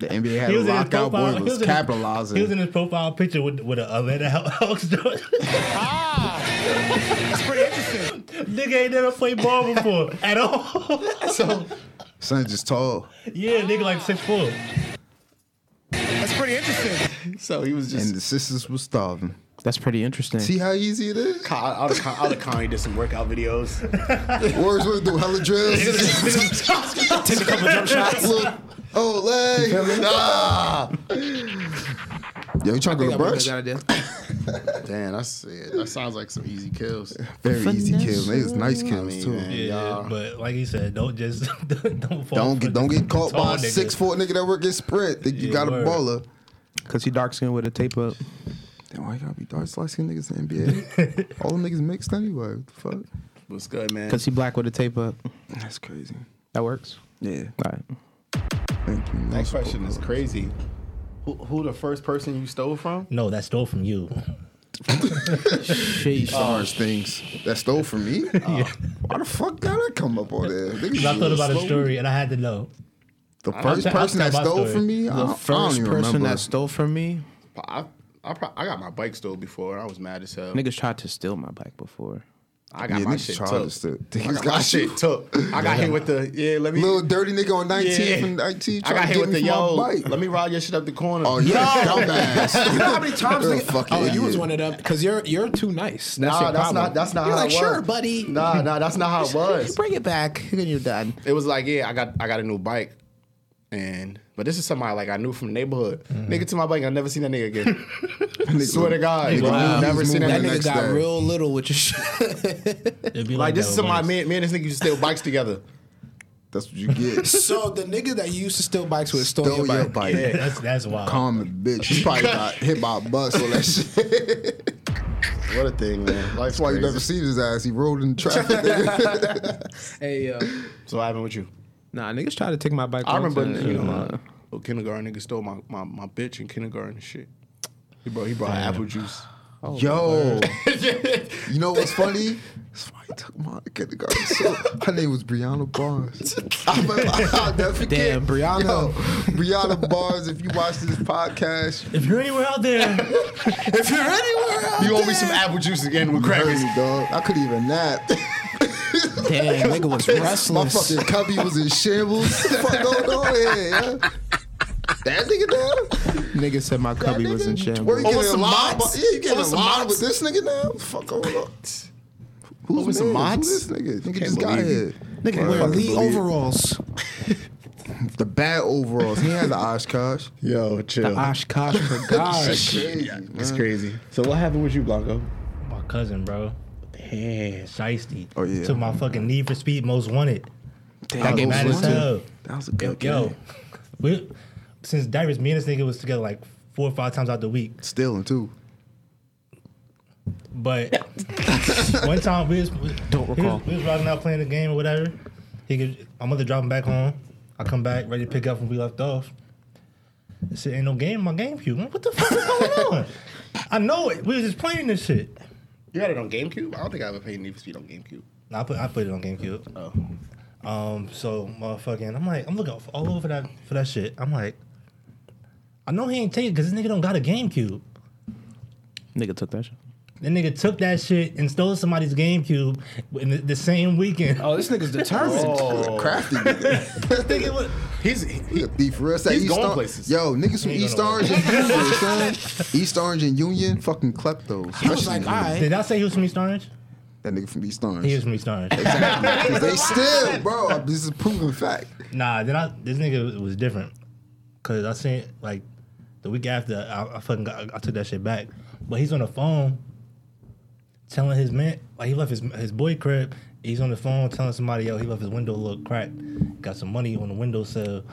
D: The NBA had
C: He
D: a
C: was in his
D: lockout. Boy
C: profile.
D: it
C: he
D: was
C: in his-
D: capitalizing.
C: He was in his profile picture with with a Atlanta (laughs) Hawks. That's Ah! pretty interesting. (laughs) Nigga ain't never played ball before (laughs) at all.
B: so
D: Son just tall.
C: yeah, nigga like six four.
G: that's pretty interesting.
B: so he was
D: And
B: just
D: the sisters was starving.
E: That's pretty interesting.
D: See how easy
C: (laughs)
D: it is?
B: all the all the Kanye did some workout videos.
D: Words would do hella drills. (laughs)
E: take a couple jump shots.
D: Look. Oh, leg. Nah. Yo, you trying to go to brunch?
B: Damn, that's yeah, that sounds like some easy kills.
D: Very easy kills. They was nice kills
B: mean,
D: too.
B: man.
C: Yeah,
B: Y'all-
C: but like he said, don't just (laughs) don't fall
D: Don't
C: for
D: get don't
C: the
D: get caught by
C: tall
D: a
C: nigga.
D: six foot nigga that work at Sprint. Think you
C: Yeah,
D: got a
C: word.
D: baller.
E: Cause he dark skinned with a tape up.
D: Then why you gotta be dark slice skin niggas in the NBA? All them niggas mixed anyway. What the fuck?
B: What's good, man?
E: Cause he black with a tape up.
D: That's crazy.
E: That works.
D: Yeah.
E: All right.
D: Thank you.
B: Next question is crazy. Who, who the first person you stole from?
C: No, that stole from you.
E: Sheesh.
D: Orange things that stole from me. Why the fuck did I come up on there? Niggas
C: 'Cause I thought
D: is
C: about a
D: slow.
C: story and I had to know.
D: The
B: I'll
D: first
B: tell- I'll
D: person
C: tell
D: that
C: my
D: stole
C: story.
D: from me. I,
E: The
D: don't- I don't
E: first
D: even
E: person
D: remember.
E: that stole from me,
B: I I, pro- I got my bike stole before. and I was mad as hell.
E: niggas tried to steal my bike before.
B: I got
H: Yeah,
B: my
H: niggas
B: shit
H: tried
B: took.
H: to still-
B: I
H: niggas
B: got my
H: got
B: shit took. I got hit with the yeah. Let me.
D: Little dirty nigga on 19th
B: yeah.
D: and 19
B: I
D: trying
B: got
D: to
B: hit
D: get
B: with the
D: me for
B: yo.
D: my bike.
B: Let me ride your shit up the corner.
D: Oh, you dumbass. (laughs)
B: You know
E: (laughs)
B: how many times?
D: You're a
B: nigga-
D: fucking
E: Oh, you was
D: idiot.
E: one of them because you're you're too nice. That's
B: nah,
E: your
B: that's
E: problem.
B: not. That's not
E: You're
B: how
E: like,
B: it was.
E: sure, buddy.
B: Nah, nah, that's not how it
E: (laughs)
B: was.
E: Bring it back, and then you're done.
B: it was like, yeah, I got I got a new bike. And but this is somebody like I knew from the neighborhood. Nigga to my bike, I never seen that nigga again. (laughs) Swear to God,
C: Wow.
B: never seen that,
E: That
B: nigga.
D: the
E: nigga
D: next
E: got
D: day.
E: real little with your shit.
C: It'd be
B: Like this
C: that
B: is
C: with
B: somebody.
C: bikes.
B: Me, me and this nigga used to steal bikes together.
D: That's what you get.
E: so the nigga that you used to steal bikes with stole,
D: Stole
E: your
D: your
E: bike.
D: bike.
C: That's
D: (laughs)
C: that's wild.
D: Common bitch.
C: (laughs)
D: You probably got hit by a bus or that shit.
B: What a thing, man. Life's
D: That's why you
B: crazy.
D: never seen his ass. He rolled in traffic.
E: Hey yo,
B: So what happened with you?
E: nah, niggas tried to take my bike.
B: I
E: one
B: remember,
E: time,
B: you know,
E: uh, (laughs)
B: my little Oh, kindergarten nigga stole my, my, my bitch in kindergarten and shit. He brought he brought apple juice.
D: Yo, you know what's funny? Somebody took my kindergarten. So her name was Brianna Barnes. (laughs) I remember, I'll never forget.
E: Damn, Brianna.
D: Yo, Brianna Barnes. If you watch this podcast,
C: If you're anywhere out there, (laughs)
E: if you're anywhere,
B: You owe me some apple juice again with
D: you heard
B: crackers.
D: me, dog. I couldn't even nap. (laughs)
E: damn, nigga was
D: My
E: restless.
D: fucking cubby was in shambles. What the fuck going on here? yo? That nigga now?
E: nigga said my cubby was in
D: Where you
E: shambles.
D: getting
B: Over
D: a
B: some
D: line?
B: mods?
D: Yeah, you
B: Over
D: getting a
B: some
D: line
B: mods?
D: with this nigga now? Fuck going on? Who's
B: Over some
D: man?
B: mods?
D: Who this nigga? Nigga
B: Can't
D: just got
B: believe
D: here.
B: it.
E: Nigga wear
D: Fucking
E: Lee
D: believe it.
E: overalls.
D: The bad overalls. He had the (laughs) Oshkosh.
B: Yo, chill.
E: Oshkosh for God.
D: Yeah.
B: It's crazy. So what happened with you, Blanco?
C: my cousin, bro. Damn, shiesty.
H: Oh, yeah.
C: Took my fucking Need for Speed Most Wanted.
H: That
C: I was
H: game
C: mad as
H: was lit.
C: hell.
H: That was a good
C: Yo,
H: game.
C: we, since Darius, me and this nigga was together like four or five times out the week.
D: Stealing too.
H: (laughs)
C: But one time we was, we-
E: Don't
C: we was-
E: recall.
C: we was rocking out playing the game or whatever. He could, my mother drop him back home. I come back ready to pick up when we left off. I said, "Ain't no game in my GameCube." I'm like, what the fuck is going
H: (laughs)
C: on? I know it. We was just playing this shit.
B: You got it on GameCube? I don't think I ever played Need for Speed on GameCube.
C: No, I put I put it on GameCube.
B: Oh.
C: Um, so motherfucking, I'm like, I'm looking all over for that for that shit. I'm like, I know he ain't take it because this nigga don't got a GameCube.
E: nigga took that shit.
C: That nigga took that shit and stole somebody's GameCube in the, the same weekend.
E: Oh, this nigga's determined.
D: Crafty nigga.
C: That nigga was-
B: He's he,
D: He a thief for us.
B: He's
D: East
B: going
D: Orange-
B: places.
D: Yo, niggas from
C: He ain't
D: East
C: gonna
D: Orange and Union, son. East Orange and Union fucking kleptos.
E: He was
D: Especially
E: like, all
D: Union.
E: right.
C: did I say he was from East Orange?
D: That nigga from East Orange.
C: He was from East Orange.
D: Exactly. 'Cause they still, bro. This is a proven fact.
C: nah, then I this nigga was different because I seen like the week after I, I fucking got, I took that shit back, but he's on the phone telling his man like he left his his boy crib. He's on the phone telling somebody, yo, he left his window a little crack. Got some money on the windowsill.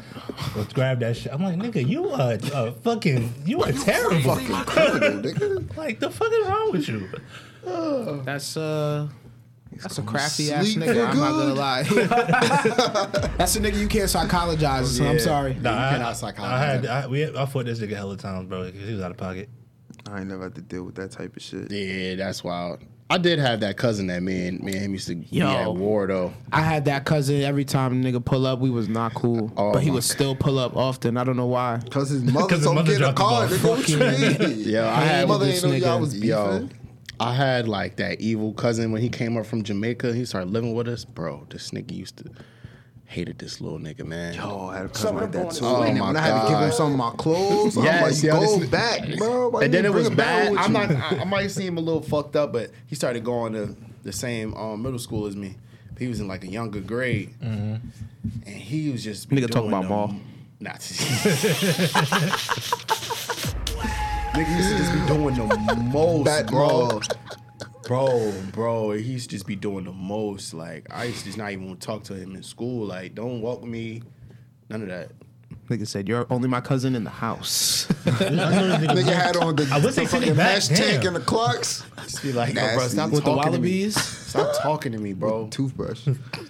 C: Let's grab that shit. I'm like, nigga, you are a fucking,
B: (laughs)
C: you are terrible.
D: Fucking criminal, nigga.
C: like, the fuck is wrong with you?
E: That's uh that's a crafty ass
D: sleep
E: nigga.
D: for
E: I'm not gonna
D: good.
E: lie. (laughs) that's a nigga you can't psychologize. so I'm sorry.
B: Nah,
C: I-
B: you cannot
C: I
B: psychologize.
C: had, I, we, I fought this nigga hella times, bro, because he was out
B: (laughs)
C: of pocket.
H: I ain't never had to deal with that type of shit.
B: Yeah, that's wild. I did have that cousin that me and me and him used to be
E: Yo.
B: at war though.
E: I had that cousin. Every time nigga pull up, we was not cool,
B: Oh
E: but he
B: my
E: would still pull up often. I don't know why.
D: Cause his mother
C: 'Cause his
D: don't
C: mother
D: get a
C: dropped the ball.
D: car, nigga. What you
B: (laughs)
D: mean?
B: Yeah, I
D: His
B: had
D: mother
E: this
D: ain't know y'all
E: nigga.
D: was beefing.
B: Yo, I had like that evil cousin when he came up from Jamaica. He started living with us, bro. This nigga used to hated this little nigga, man.
H: Oh, I had a cousin like that too.
D: Oh
B: my
D: my I had to give him
B: God.
D: some of my clothes.
B: Yes,
D: I'm
B: yo,
D: like,
B: this
D: go
B: nigga-
D: back, bro. Why
B: and then
D: you
B: it was
D: bring him back
B: bad.
D: with
B: I'm
D: you?
B: not. I, I might see him a little fucked up, but he started going to the same um, middle school as me. He was in like a younger grade,
D: Mm-hmm.
B: and he was just
E: Nigga talk
B: doing
E: about
B: the-
E: Maul.
B: Nah. (laughs) Nigga used to just be doing the most,
D: Back
B: bro.
D: Maul.
B: Bro, bro, he used to just be doing the most. Like I used to just not even want to talk to him in school. Like, don't walk with me. None of that.
E: Nigga said, "You're only my cousin in the house."
C: I know this nigga
D: Nigga had on the,
C: I wish they
D: the
C: sent it
D: fucking
C: back,
D: mesh tank
C: damn.
D: and the clocks.
B: Just be like, yo, bro,
D: Nasty.
B: stop
D: With
E: With the
B: talking to me.
E: wallabies.
B: Stop talking to me, bro.
D: Toothbrush.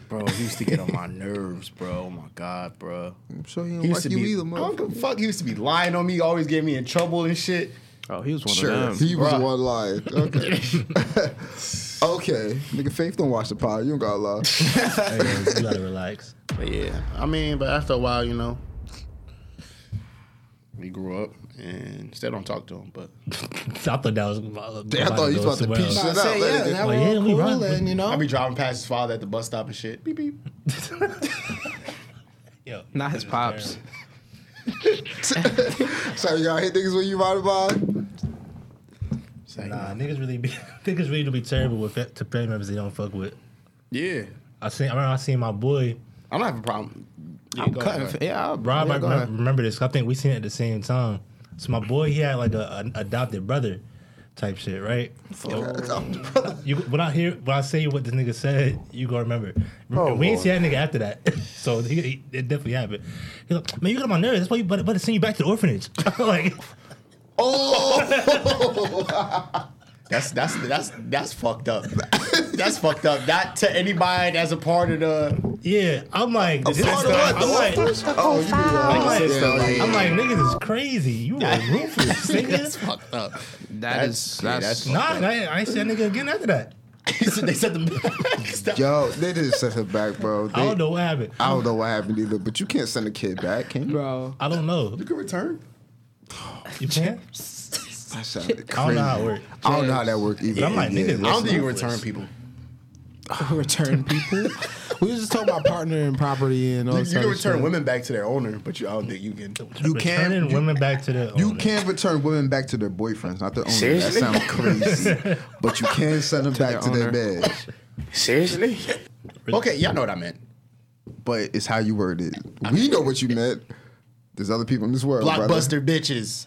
B: Bro, he used to get on my nerves, bro. Oh my god, bro.
D: I'm sure he
B: He
D: don't
B: used
D: like
B: to
D: you
B: be.
D: either,
B: I don't give a
D: motherfucker.
B: fuck. He used to be lying on me. Always get me in trouble and shit.
E: Oh, he was one
D: Sure,
E: of them.
D: he was
B: Bruh.
D: one lie. Okay, (laughs) okay, nigga, Faith don't watch the pod. You don't gotta (laughs) lie.
C: Hey, you gotta relax.
B: But yeah, I mean, but after a while, you know, We grew up and still don't talk to him, but
C: So (laughs) I thought that was. About,
D: Damn, I thought you was about to
C: somewhere
D: piece
C: else.
D: shit
E: I say, yeah,
D: Well,
E: now
C: yeah,
E: we're all
C: we
E: cool,
C: run.
E: and you know,
B: I be driving past his father at the bus stop and shit. Beep beep.
C: Yo,
E: not his pops.
D: So y'all hit niggas when you ride by?
B: It's like,
C: Nah, niggas really be (laughs) niggas really be terrible with fa- to family members they don't fuck with.
B: Yeah,
C: I seen I remember I seen my boy
B: I don't have a problem. Yeah,
E: I'm
B: go
E: cutting.
B: ahead.
E: Yeah, I'll,
C: Rob.
E: yeah,
C: I
E: go
C: remember,
E: ahead.
C: remember this. I think we seen it at the same time. So my boy, he had like a, an adopted brother type shit, right? Yo, you when I hear when I say what this nigga said, you gonna remember.
D: Oh,
C: we ain't see that nigga after that, (laughs) so he, he, it definitely happened. He like, man, you got on my nerves. That's why you better, better send you back to the orphanage. (laughs) like,
B: That's that's that's that's fucked up. that's fucked up. Not to anybody that's a part of the.
C: yeah, I'm like, this
D: part of
C: is-
D: what?
C: I'm like,
D: Oh, you did
C: I'm
D: all
C: like,
D: that. Yeah, yeah,
C: I'm
D: yeah.
C: like, niggas is crazy. You are
D: (laughs)
C: ruthless, niggas.
B: fucked up.
E: That is
B: yeah,
E: that's
B: that's-
C: Nah, I, I ain't seen that nigga again after
D: (laughs)
C: that.
B: they said the.
D: Yo, they didn't send her back, bro. They,
C: (laughs) I don't know what happened.
D: I don't know what happened either, but you can't send a kid back, can you?
E: (laughs) bro.
C: (laughs) I don't know.
B: You can return.
D: (laughs)
C: You can?
D: That sounded
C: I don't know how it
D: crazy.
C: worked.
D: I don't know how that worked either.
C: I'm like,
D: Yeah,
B: I
C: niggas,
B: don't
D: listen.
B: think you can return people.
E: return people. we was just talking about partner and property and all.
B: You,
E: this
B: you can
E: other
B: return
E: shit.
B: women back to their owner, but you, I don't think you can.
D: You can-
C: Returning women back to the.
D: You can return women back to their boyfriends, not their owners.
H: Seriously?
D: That
C: (laughs)
D: sounds crazy. but you can send them back to
E: their
D: their bed.
H: Seriously?
B: (laughs) Okay, y'all know what I meant.
D: But it's how you word it. We know what you meant. There's other people in this world. Oh, brother.
B: Blockbuster bitches.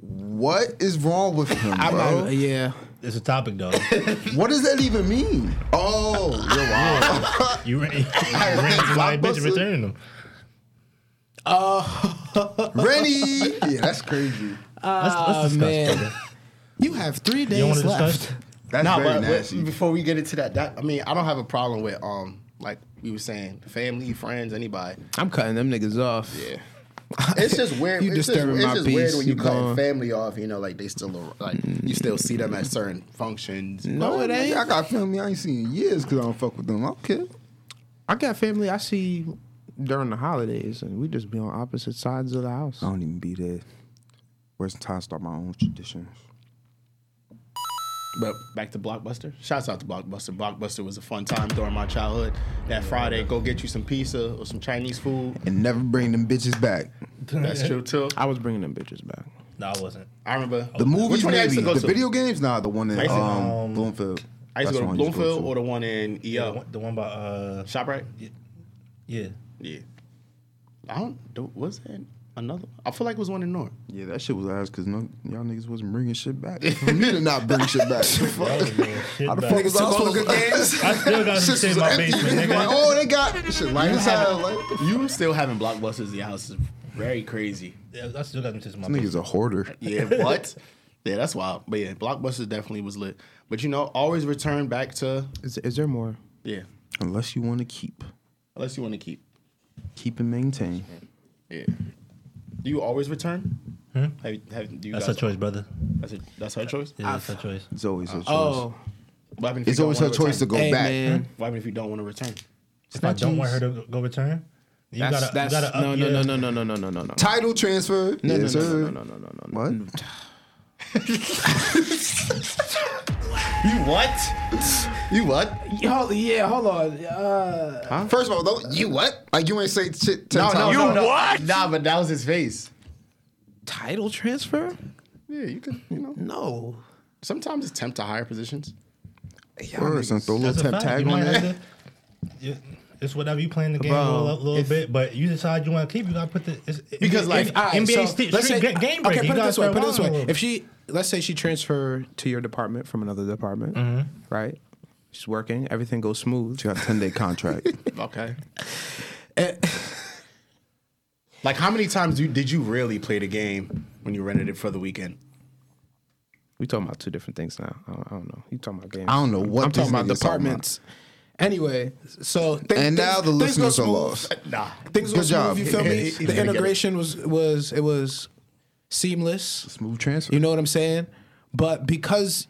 D: What is wrong with him,
E: I'm
D: bro?
E: not. Yeah,
C: It's a topic,
D: (laughs)
C: though.
D: What does that even mean? Oh, you're (laughs) wild.
C: You ran, you ran to my bitch and returning them.
D: Rennie. Yeah, that's crazy.
C: Let's, let's discuss
E: Oh, man.
C: further.
E: you have three
C: You want
E: days
C: to discuss?
E: left.
D: That's
B: Nah,
D: very
B: but wait,
D: nasty.
B: before we get into that, that I mean, I don't have a problem with um, like we were saying, family, friends, anybody.
E: I'm cutting them niggas off.
B: Yeah. It's just weird.
E: You
B: it's just,
E: disturbing
B: it's
E: my
B: just
E: peace.
B: weird when you
E: You
B: cut
E: gone.
B: family off. You know, like they still ar- like you still see them at certain functions.
E: No, it ain't.
D: I got family I ain't seen in years because I don't fuck with them. I don't care.
E: I got family I see during the holidays, and we just be on opposite sides of the house.
D: don't even be there. Where's the time to start my own traditions?
B: But back to Blockbuster. Shouts out to Blockbuster. Blockbuster was a fun time during my childhood. That Friday, go get you some pizza or some Chinese food.
D: And never bring them bitches back.
B: That's true too.
E: I was bringing them bitches back.
C: No, I wasn't.
B: I remember
D: The movies,
B: Which one I used
D: maybe.
B: to go
D: The
B: to?
D: video games? Nah, the one in
B: I used to-
D: um,
C: um,
D: Bloomfield.
B: I used to go
D: That's
B: to
D: the one used
B: Bloomfield or
D: to.
B: the one in
C: The
B: EO.
C: one, the one by. Uh,
B: Shoprite.
D: (laughs)
C: yeah.
B: Yeah. I don't. do- Was that another? one? I feel like it was one in North.
D: Yeah, that shit was ass because no, y'all niggas wasn't bringing shit back. (laughs) For me to not bring
C: (laughs)
D: shit back.
C: That was
D: Fuck.
C: a little shit
D: How the
C: back.
D: fuck was I
E: all the
D: supposed (laughs)
E: good
D: to?
C: I still got some shit in my basement,
D: Like,
C: nigga.
D: oh, they got shit light as hell. Like,
B: You still having blockbusters in your house is very
D: (laughs)
B: crazy.
C: Yeah, I still got some shit in my basement.
D: niggas a hoarder.
B: Yeah, what? yeah, that's wild. But yeah, blockbusters definitely was lit. But you know, always return back to
E: Is, is there more?
B: yeah,
D: Unless you want to keep,
B: unless you want to keep.
D: keep and maintain.
B: Yeah. Do you always return? Have, have, do you
C: Hmm? That's her
B: guys,
C: choice, brother.
B: That's, a, that's her choice.
C: Yeah, that's her choice.
D: It's always her choice.
E: Oh,
B: What happened if
D: it's
B: you don't
D: always her
B: wanna
D: choice to
B: return?
D: go
E: hey
D: back.
E: man,
B: What happened if you don't want to return?
C: If I don't want her to go return, you
E: that's
C: gotta,
E: that's
C: you gotta up
E: no, no
C: your-
E: no no no no no no no no.
D: Title transfer.
E: No,
D: yes,
E: no, no,
D: sir.
E: no, no, no, no, no, no.
D: What?
B: You what? you what?
E: Yo, yeah, hold on. Uh,
D: First of all, though, you what? Like you ain't say shit ten
B: No, no,
D: times.
B: no, no. Nah, but that was his face.
E: title transfer?
B: Yeah, you could. You know,
E: No.
B: sometimes it's tempt to higher positions.
D: Words and throw a
C: That's
D: little
C: a
D: temp
C: fact.
D: tag
C: You
D: on
C: might
D: that.
C: have to- you- It's whatever you playing the game a
E: Bro,
C: little, little
E: if-
C: bit, but you decide you want to keep. You gotta put the it's, it-
B: Because,
C: it-
B: like,
C: it-
E: All right,
C: NBA
E: so
C: sti-
E: let's
C: street
E: say-
C: ga- game breaker.
E: Okay,
C: you
E: put it
C: gotta
E: this way.
C: start
E: Put it this
C: wilding a
E: way.
C: little
E: If she, let's say she transferred to your department from another department,
B: Mm-hmm.
E: right? She's working. Everything goes smooth.
D: She got a ten day
E: (laughs)
D: contract.
B: Okay.
E: Eh.
B: like, how many times you, did you really play the game when you rented it for the weekend?
E: We talking about two different things now. I don't, I don't know. You talking about games?
D: I don't know what
E: I'm talking
D: this
E: about
D: nigga's talking
E: departments. Anyway, so thi-
D: And
E: things-
D: now the
E: things go
D: listeners are
E: smooth.
D: lost.
B: Nah.
E: Things
D: Good
E: go
D: job.
E: smooth. You feel me?
B: He- he- he's
E: the
B: gonna get
E: integration was was it was seamless.
D: Smooth transfer.
E: You know what I'm saying? But because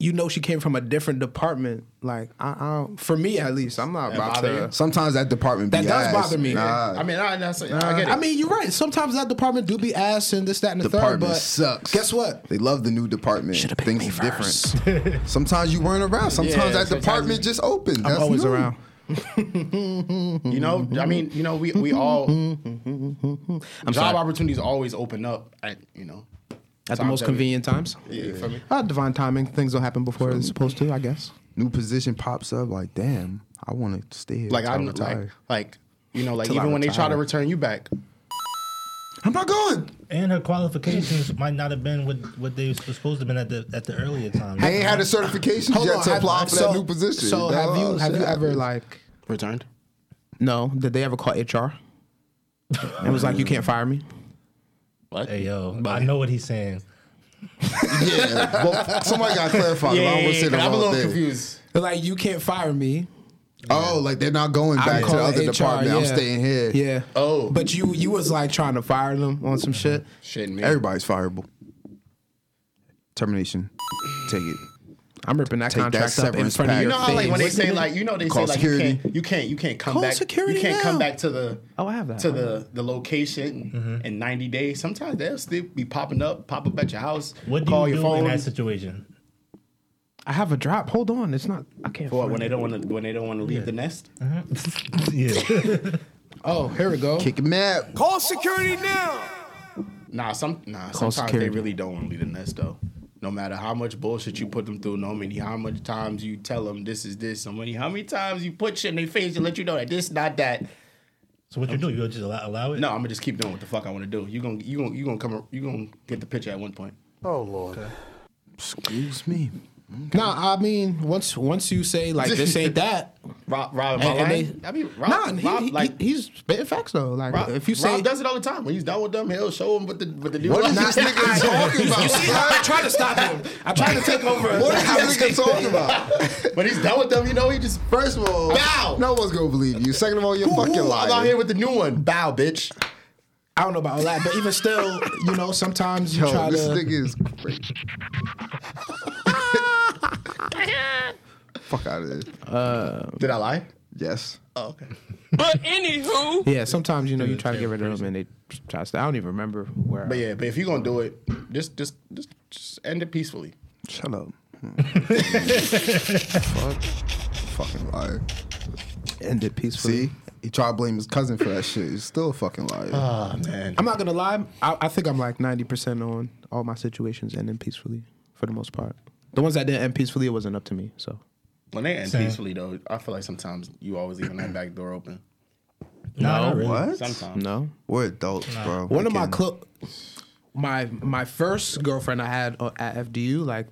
E: you know she came from a different department. Like I, I don't, for me at least, I'm not about
B: bother
E: to.
B: you?
D: Sometimes that department
E: That
D: be
E: does
D: ass.
E: bother me.
D: Nah.
B: I mean, I, that's, I get it.
E: I mean, you're right. Sometimes that department do be ass and this, that, and the
D: department
E: third. But
D: sucks.
E: guess what?
D: They love the new department.
E: Shoulda picked
D: Things
E: me
D: are different. (laughs) sometimes you weren't around. Sometimes
B: Yeah,
D: that
B: sometimes
D: department just opened. That's
E: always
D: new.
E: around.
B: you know, I mean, you know, we we
E: (laughs)
B: all job opportunities always open up. At, you know,
E: At the
B: Times
E: most
B: that we-
E: convenient times.
B: yeah, you feel me?
E: Uh, divine timing. Things don't happen before it's supposed to. I guess.
D: New position pops up. Like, damn, I want to stay here.
B: Like I
D: am
B: like like you know, like
D: Till I
B: even when they try to
D: retire.
B: return you back,
D: I'm not going.
C: And her qualifications might not have been what, what they were supposed to have been at the at the earlier time.
D: They ain't had the certifications yet to
E: have-
D: apply for
E: so-
D: that new position.
E: So
D: That-
E: have you
D: oh,
E: have
D: shit
E: you ever
D: happens.
E: like?
B: returned.
E: No, did they ever call HR? It was like you can't fire me.
B: What?
C: Hey yo, I know what he's saying.
E: (laughs)
D: Yeah, well, somebody got clarified. I don't wanna say the
B: I'm a
D: wrong
B: little
D: thing.
B: confused.
E: They're like you can't fire me.
D: Oh, like they're not going
E: I'm
D: back to the
E: calling
D: other
E: HR,
D: department. I'm
E: yeah.
D: staying here.
E: Yeah.
B: Oh.
E: But you you was like trying to fire them on some shit.
B: Shit, man.
D: Everybody's fireable. Termination. Take it.
E: I'm ripping that
D: Take that
E: contract up in
D: severance
E: front of
D: package.
E: your
B: You know how like when they
E: face.
B: say like you know they
D: Call
B: say like you
D: security.
B: can't you can't you can't come
E: Call
B: back
E: security
B: you can't
E: now.
B: come back to the
E: Oh, I have that. Mm-hmm.
B: to the the location in 90 days. Sometimes they'll still be popping up, pop up at your house,
C: What do
B: call
C: you
B: your
C: do
B: phone.
C: in that
E: (laughs)
C: situation?
E: I have a drop. Hold on, it's not. I can't.
B: What,
E: find
B: when they
E: it.
B: don't want to when they don't want to leave the nest.
C: Yeah,
E: Oh, here we go.
D: Kick him out.
G: Call security now.
B: Nah, some nah.
E: Call
B: sometimes
E: security.
B: they really don't want to leave the nest though. No matter how much bullshit you put them through, no many how much times you tell them this is this, and many how many times you put shit in their face and let you know that this not that.
C: So what you do? You just allow, allow it?
B: No, I'm gonna just keep doing what the fuck I want to do. You gonna you gonna you gonna come you gonna get the picture at one point.
D: Excuse me.
E: Nah, I mean once once you say like this ain't that.
B: Rob, Rob,
E: And, and
B: and,
E: they,
B: I mean, Rob,
E: nah, he,
B: Rob,
E: he,
B: like
E: he- he's spitting facts though. Like
B: Rob,
E: if you say
B: Rob
E: (laughs)
B: does it all the time. When he's done with them, he'll show him what the what the deal.
D: What
B: is. (laughs)
D: is this nigga talking about?
E: (laughs) you see, I try to stop him. I try to take over.
B: (laughs)
D: What is this nigga talking about?
B: When he's done with them, you know he just
D: First of all,
B: Bow.
D: no one's gonna believe you. Second of all, you're
B: fucking
D: fucking
B: I'm out here
D: lying.
B: with the new one. Bow, bitch.
E: I don't know about all that, but even still, you know, sometimes you
D: Yo,
E: try
D: this
E: to.
D: nigga is crazy. Fuck out of there.
B: Did I lie?
D: Yes.
B: Oh, okay.
G: But anywho,
E: Yeah, sometimes you know you try to get rid of them and they try to. I don't even remember where.
B: But yeah, but if you're gonna do it, just just just, just end it peacefully.
D: Shut up. Hmm. Fuck. Fucking liar.
E: end it peacefully.
D: See? He tried to blame his cousin for that shit. He's still a fucking liar.
B: Oh man.
E: I'm not gonna lie. I, I think I'm like 90% on all my situations ending peacefully for the most part. The ones that didn't end peacefully, it wasn't up to me. So
B: When they end
C: Same.
B: peacefully though, I feel like sometimes you always leaving that back door open.
C: Nah, not really.
D: what?
B: Sometimes.
E: no.
D: We're adults, bro.
E: One
D: We
E: of my
D: can-
E: clo- my my first girlfriend I had uh, at FDU, like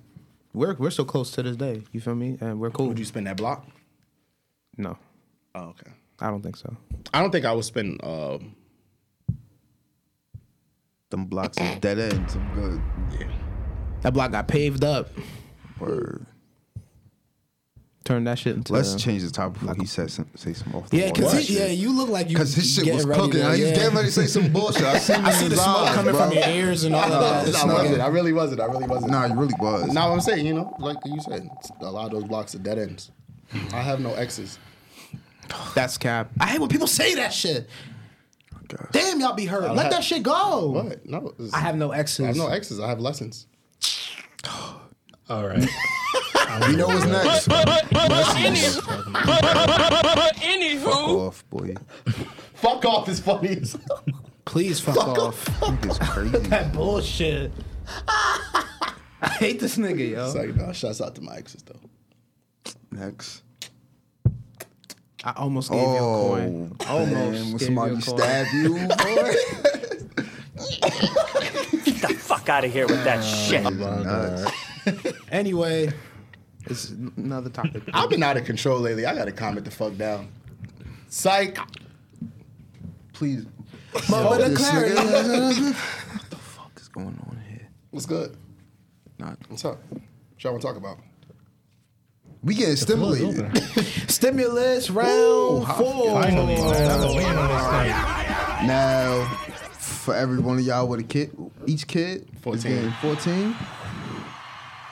E: we're we're so close to this day. You feel me? And we're cool.
B: Would you spin that block?
E: no,
B: Oh, okay.
E: I don't think so.
B: I don't think I would spend. Um,
D: Them blocks is dead ends. I'm good.
B: yeah.
E: That block got paved up.
D: Word.
E: Turn that shit into.
D: Let's change the topic before he says some, say some off the
E: Yeah,
D: wall
E: cause
D: shit.
E: he, yeah, you look like you.
D: Cause his shit
E: getting
D: was
E: ready
D: cooking.
E: to-
D: He was
E: yeah.
D: getting ready to say some bullshit.
E: (laughs)
D: I seen
E: I see the smoke
D: eyes,
E: coming
D: bro.
E: from your ears and all
B: I,
E: of that.
D: it's
B: I
D: not-
B: wasn't. I really wasn't. I really wasn't.
D: Nah, you really was.
B: Now I'm saying, you know, like you said, it's- a lot of those blocks are dead ends. I have no exes.
E: That's cap. I hate when people say that shit.
D: gosh.
E: Damn, y'all be hurt. Let
B: have-
E: that shit go.
B: What? No. it's-
E: I have no
B: I have
E: exes.
B: no exes. I have lessons.
C: All right.
D: You know what's next?
G: but but but but anywho, but but but, but anywho,
D: Off, boy.
B: Fuck off is funny. (laughs) as hell.
E: Please fuck, off. (laughs)
D: It's crazy.
E: Bullshit. I hate this nigga, yo.
B: it's like, nah, shouts out to my exes though.
D: Next.
E: I almost gave you a
D: Oh,
E: coin.
D: man,
E: Almost.
D: when
E: gave
D: somebody
E: you a coin.
D: stab you,
E: (laughs)
D: boy.
I: Get the fuck out of here with that shit.
E: Anyway, it's n- another topic.
B: I've been out of control lately. I gotta calm it the fuck down. Psych.
D: Please.
E: Mama
D: This
E: declared-
D: nigga.
E: (laughs)
D: what the fuck is going on here?
B: What's good?
D: Not.
B: What's up? What y'all want to talk about?
D: We getting stimulated. (laughs)
E: Stimulus round four.
C: Finally, man. I've
E: Oh.
C: been waiting on this thing.
D: Now, for every one of y'all with a kid, each kid is
B: 14.
D: getting 14.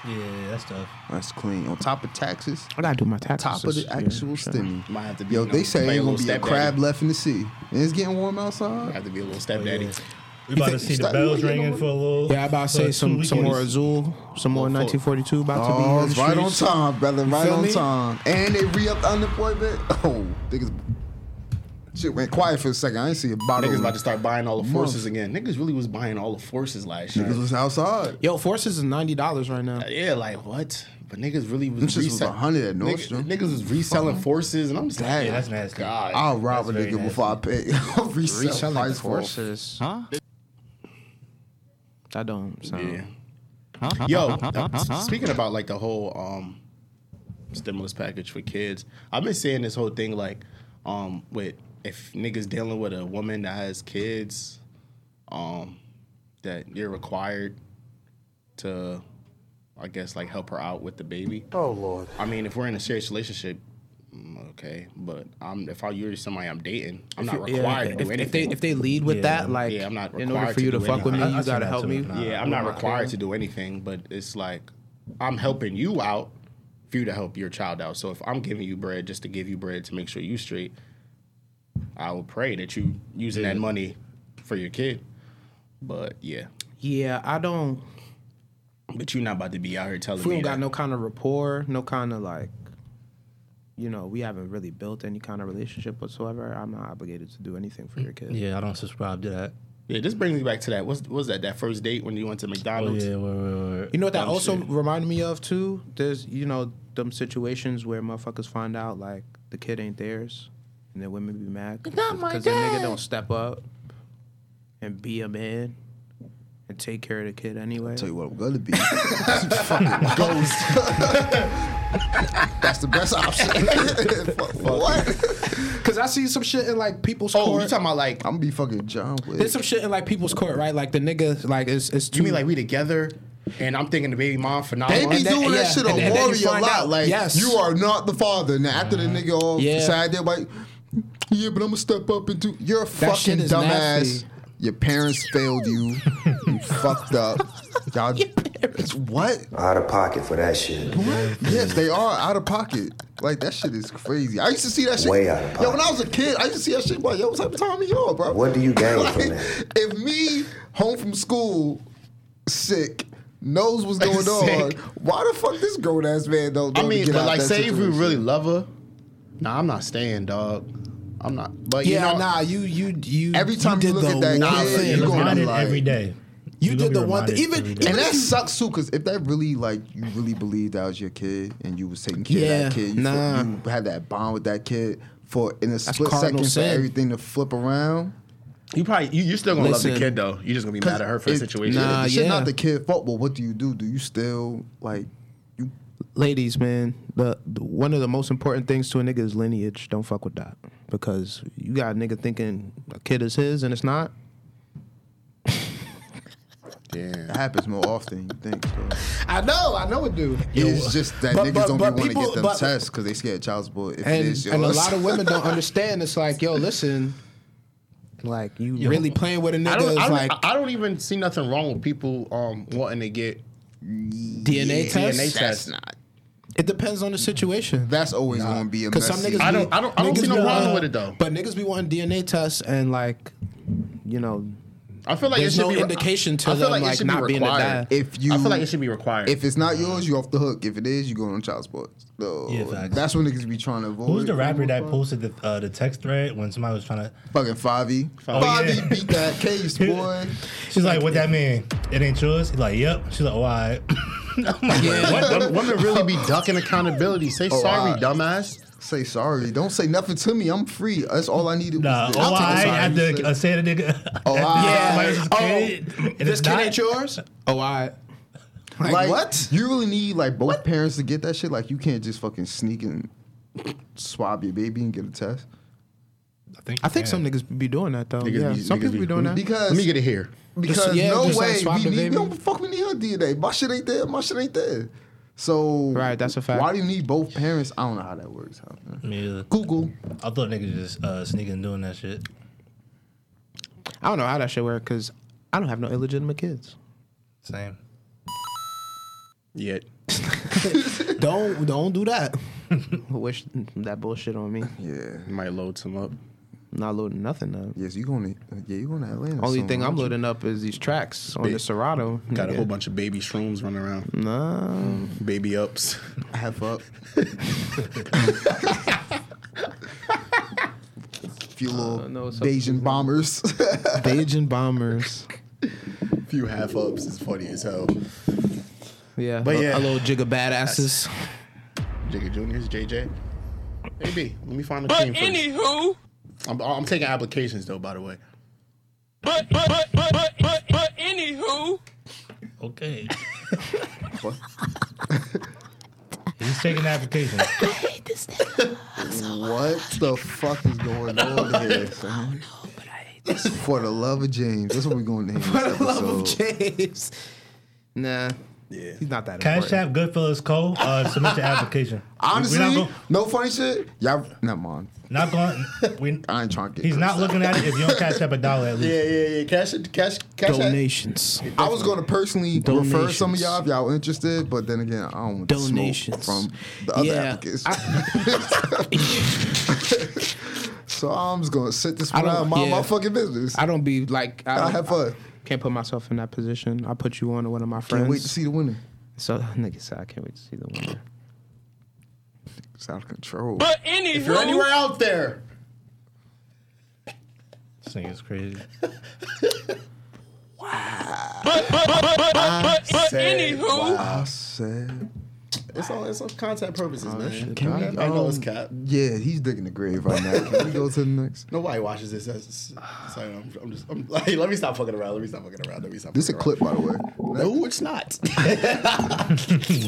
C: Yeah, that's tough.
D: That's clean. On top of taxes,
E: I gotta do my taxes.
D: top of the
E: this year.
D: actual stimmy.
B: Might have to be,
D: Yo,
B: you know,
D: they say
B: play a
D: ain't gonna
B: little
D: be a
B: stepdaddy.
D: crab left in the sea. And it's getting warm outside.
B: Have to be a little
C: But yeah.
B: stepdaddy.
C: We about to
D: think
C: see the
D: Star-
C: bells
D: you know
C: ringing
D: what?
C: for a little.
E: Yeah, I about to
C: for
E: say
C: two
E: some some more
C: weekends.
E: Azul, some more 1942 about to be.
D: Oh,
E: on the
D: it's right on
E: streets.
D: time, brother. Right
E: feel
D: on
E: me?
D: time. And they re-upped unemployment. (laughs) Oh, niggas. Shit went quiet for a second. I didn't see a bottle.
B: Niggas about to start buying all the forces again. Niggas really was buying all the forces last year.
D: Niggas was outside.
E: Yo, forces is ninety dollars right now.
B: Yeah, like what? But niggas really was
D: Them shits was
B: resell-
D: 100 at
B: Niggas,
D: Nordstrom.
B: niggas was reselling forces, and I'm just like,
C: Yeah, that's nasty.
B: God,
D: I'll rob a
C: That's very
D: nigga before I pay. (laughs) I'll resell price for it.
E: forces, huh? That don't sound.
B: Yeah. Yo, uh, s- speaking about like the whole um stimulus package for kids, I've been seeing this whole thing like um with if niggas dealing with a woman that has kids, um that you're required to I guess like help her out with the baby.
H: Oh Lord.
B: I mean, if we're in a serious relationship, mm, okay, but I'm if I you're somebody I'm dating, I'm not
E: Yeah,
B: required to
E: if,
B: do
E: if
B: anything.
E: they if they lead with
C: Yeah.
E: that, like,
B: Yeah, I'm not
E: in order
B: required
E: for
B: to
E: you to,
B: do
E: fuck with me,
C: anything. I- I
E: you
C: seen
E: gotta
C: that
E: help
C: too,
E: me.
C: nah.
B: Yeah, I'm not required to do anything, but it's like I'm helping you out for you to help your child out. So if I'm giving you bread just to give you bread to make sure you straight, I will pray that you using that money for your kid. But yeah,
E: Yeah, I don't.
B: but you're not about to be out here telling
E: If
B: me
E: we don't got
B: that.
E: no kind of rapport, no kind of like, you know, we haven't really built any kind of relationship whatsoever. I'm not obligated to do anything for your kid.
C: Yeah, I don't subscribe to that.
B: Yeah, this brings me back to that. What's what was that? That first date when you went to
C: Oh
B: McDonald's.
C: yeah, word, word, word.
E: You know what that
B: Dumb
E: also
B: shit.
E: reminded me of too? There's you know them situations where motherfuckers find out like the kid ain't theirs, and then women be mad because the nigga don't step up and be a man and take care of the kid anyway.
D: Tell you what I'm gonna be. (laughs) Fucking ghost. (laughs) That's the best option. (laughs) Fuck, what?
E: Because I see some shit in like people's
B: Oh,
E: court.
B: you talking about like
D: I'm gonna be fucking John Wick.
E: There's some shit in like people's court, right? Like the nigga, like it's it's too.
B: you mean like we together and I'm thinking the baby mom for nine
D: They be
B: months?
E: then-
D: doing that
E: yeah,
D: shit
E: and
D: on
E: then- and then you
D: Maury a
E: find
D: lot.
E: out,
D: Like,
E: yes.
D: you are not the father. Now, after the nigga all
E: Yeah.
D: sad, they're like, yeah, but I'm gonna step up and do. You're a fucking
E: shit is
D: dumbass.
E: nasty.
D: Your parents failed you. you fucked
E: (laughs)
D: up. Y'all, it's what?
J: Out of pocket for that shit.
D: Yes, they are out of pocket. Like that shit is crazy. I used to see that shit.
J: Way out of
D: Yo, when I
J: pocket.
D: was a kid, I used to see that shit. Like, yo, what type of time are you on, bro?
J: What do you gain
D: (laughs) Like,
J: from that?
D: If me home from school, sick, knows what's
J: (laughs)
D: going on.
B: Sick.
D: Why the fuck this grown ass man don't? know
B: I
D: to
B: mean,
D: get
B: but
D: out
B: like,
D: that
B: say if we
D: situation?
B: really love her, nah, I'm not staying, dog. I'm not. But you
E: yeah,
B: know,
E: nah, you you you.
D: Every time you
E: did
D: look
E: the
D: at that
E: one
D: kid,
E: thing.
C: You're
D: you gonna
C: reminded
D: like-
C: every day.
E: You
C: You're gonna
E: did the
C: be
E: one thing.
C: reminded
E: Even-
C: every day.
E: even-
D: And that sucks too, because if that really like you really believed that was your kid and you was taking care of
E: Yeah,
D: that kid, you,
E: nah.
D: you had that bond with that kid for in a split second
E: cardinal
D: for
E: sin.
D: everything to flip around.
B: You probably you, you're still gonna love
E: Listen.
B: the kid though. You're just gonna be mad at her for the
D: it-
B: situation.
E: Nah,
D: Nah, shit
E: yeah.
D: not the kid fault, but what do you do? Do you still like you?
E: ladies, man, the, the one of the most important things to a nigga is lineage. Don't fuck with that because you got a nigga thinking a kid is his and it's not.
D: It happens more often than you think. So.
E: I know, I know it do.
D: It's just that
E: but-
D: niggas
E: but-
D: don't
E: but
D: be want to
E: people-
D: get them
E: but-
D: tests because they scared child support. If it
E: And
D: is yours.
E: and a lot of
D: (laughs)
E: women don't understand. It's like, yo, listen, like you really playing with a
B: I
E: nigga
B: don't.
E: is
B: I don't,
E: like
B: I don't even see nothing wrong with people um wanting to get
E: DNA test.
B: DNA test. Not.
E: It depends on the situation.
D: that's always going to be a
E: Because some
D: messy-
E: niggas,
B: I
E: be-
B: don't- I don't- I don't
E: niggas
B: see no
E: be
B: problem
E: wanting-
B: with it, though.
E: But niggas be wanting DNA tests and like, you know,
B: I feel like
E: There's
B: it should
E: no
B: be re-
E: indication to
B: I feel it
E: them, like,
B: should
E: not being a
B: required.
E: dad.
D: If you
B: I feel like it should be required.
D: If it's not yours, you off the hook. If it is, you going on child support. So
C: Yeah, facts.
D: that's when niggas be trying to avoid.
C: Who's the rapper that posted the uh, the text thread when somebody was trying to?
D: Fucking Favi.
C: Oh,
D: Favi
C: yeah.
D: beat that case, boy.
C: She's like, "What that mean? It ain't yours." He's like, "Yep." She's like,
D: (laughs)
C: "Why?" I'm like,
E: (laughs)
B: women, women really be ducking accountability. Say
E: Oh,
B: sorry,
D: I-
B: dumbass.
D: Say sorry. Don't say nothing to me. I'm free. That's all I needed.
C: Nah,
D: was this.
C: oh, I
D: I'll
C: had
D: take
C: to
D: a sorry.
C: uh, say the nigga. (laughs)
D: Oh, I-
C: Somebody's kid, and it's
E: this kid
C: not-
E: ain't yours. Oh, I.
D: Like,
E: Like,
D: what? You really need like both parents to get that shit. Like you can't just fucking sneak and swab your baby and get a test.
E: I think
C: yeah.
E: some niggas be doing that though.
B: Niggas
E: yeah,
B: be-
E: some
B: niggas
E: people
B: be-
E: be, doing that.
D: Because
B: Let me get it here.
D: because
E: Just- yeah,
D: no
E: just, like,
D: way
E: swab
D: we
E: the
D: need we
E: baby.
D: don't fuck we need her DNA. My shit ain't there. My shit ain't there. So
E: Right, that's a fact.
D: Why do you need both parents? I don't know how that works. out, man.
C: Yeah.
D: Google.
C: I thought niggas just uh, sneaking and doing that shit.
E: I don't know how that should work because I don't have no illegitimate kids.
C: Same.
B: Yet.
E: (laughs) don't don't do that. (laughs) Wish that bullshit on me.
H: Yeah.
B: Might load some up.
E: Not loading nothing up.
H: Yes, you gonna yeah, you gonna Atlanta.
E: Only
H: soon,
E: thing I'm
H: aren't you?
E: loading up is these tracks on
B: Big.
E: the Serato.
B: Got a
E: nigga.
B: whole bunch of baby shrooms running around.
E: (laughs) Nah.
B: Baby ups. (laughs)
D: Half up. Few little
E: no, it's up to
D: Bayesian bombers.
E: Beijing bombers.
B: few half ups is funny as hell.
E: Yeah.
B: But
E: a,
B: yeah.
E: a little jig of badasses.
B: Jigga Juniors, JJ. Maybe. Let me find a
G: But
B: team first.
G: anywho,
B: I'm, I'm taking applications though, by the way.
G: but but but but but but, but anywho,
E: (laughs)
C: Okay. He's taking applications.
D: what the fuck is
E: (laughs)
D: going on here? (laughs) For the love of James, that's what we're going to
E: (laughs)
D: name. For
E: I love James. Nah.
B: Yeah.
E: He's not that
C: Cash
E: important.
C: App, Goodfellas, Co. Uh, submit
D: (laughs)
C: your application.
D: Honestly,
C: we're not, go-
D: no funny shit. Y'all, never mind.
C: not going. We,
D: (laughs) I ain't trying to get.
C: he's not
D: cursed.
C: looking at it if you don't cash up a dollar at least.
B: Yeah, yeah, yeah. Cash it, cash, cash. App.
E: Donations.
D: I was going to personally refer
E: Donations.
D: some of y'all if y'all were interested, but then again, I don't want the smoke
E: Donations.
D: from the other
E: Yeah,
D: applicants. (laughs) so I'm just going to sit this
E: I
D: one out
E: don't-
D: of my
E: yeah.
D: motherfucking business.
E: I don't be like I
D: Y'all
E: don't,
D: have fun.
E: can't put myself in that position. I put you on to one of my friends.
D: Can't wait to see the winner.
E: So (laughs) nigga said I can't wait to see the winner.
D: It's out of control.
G: but
B: If you're
G: anywho,
B: anywhere out there,
C: This thing is crazy.
G: but but but but but but, but anywho,
E: Ah!
D: I said,
B: it's all it's all content purposes, man.
D: Can we,
B: I know it's
D: um,
B: cap.
D: yeah, he's digging the grave right now. Can we go to the
B: (laughs)
D: next?
B: Nobody watches this. That's, that's- sorry, I'm, I'm just. I'm, (laughs) like, let me stop fucking around. Let me stop fucking around. Let me stop.
D: This is a
B: fucking
D: clip, by the way.
B: around. No, it's
D: (laughs)
B: not.
C: No,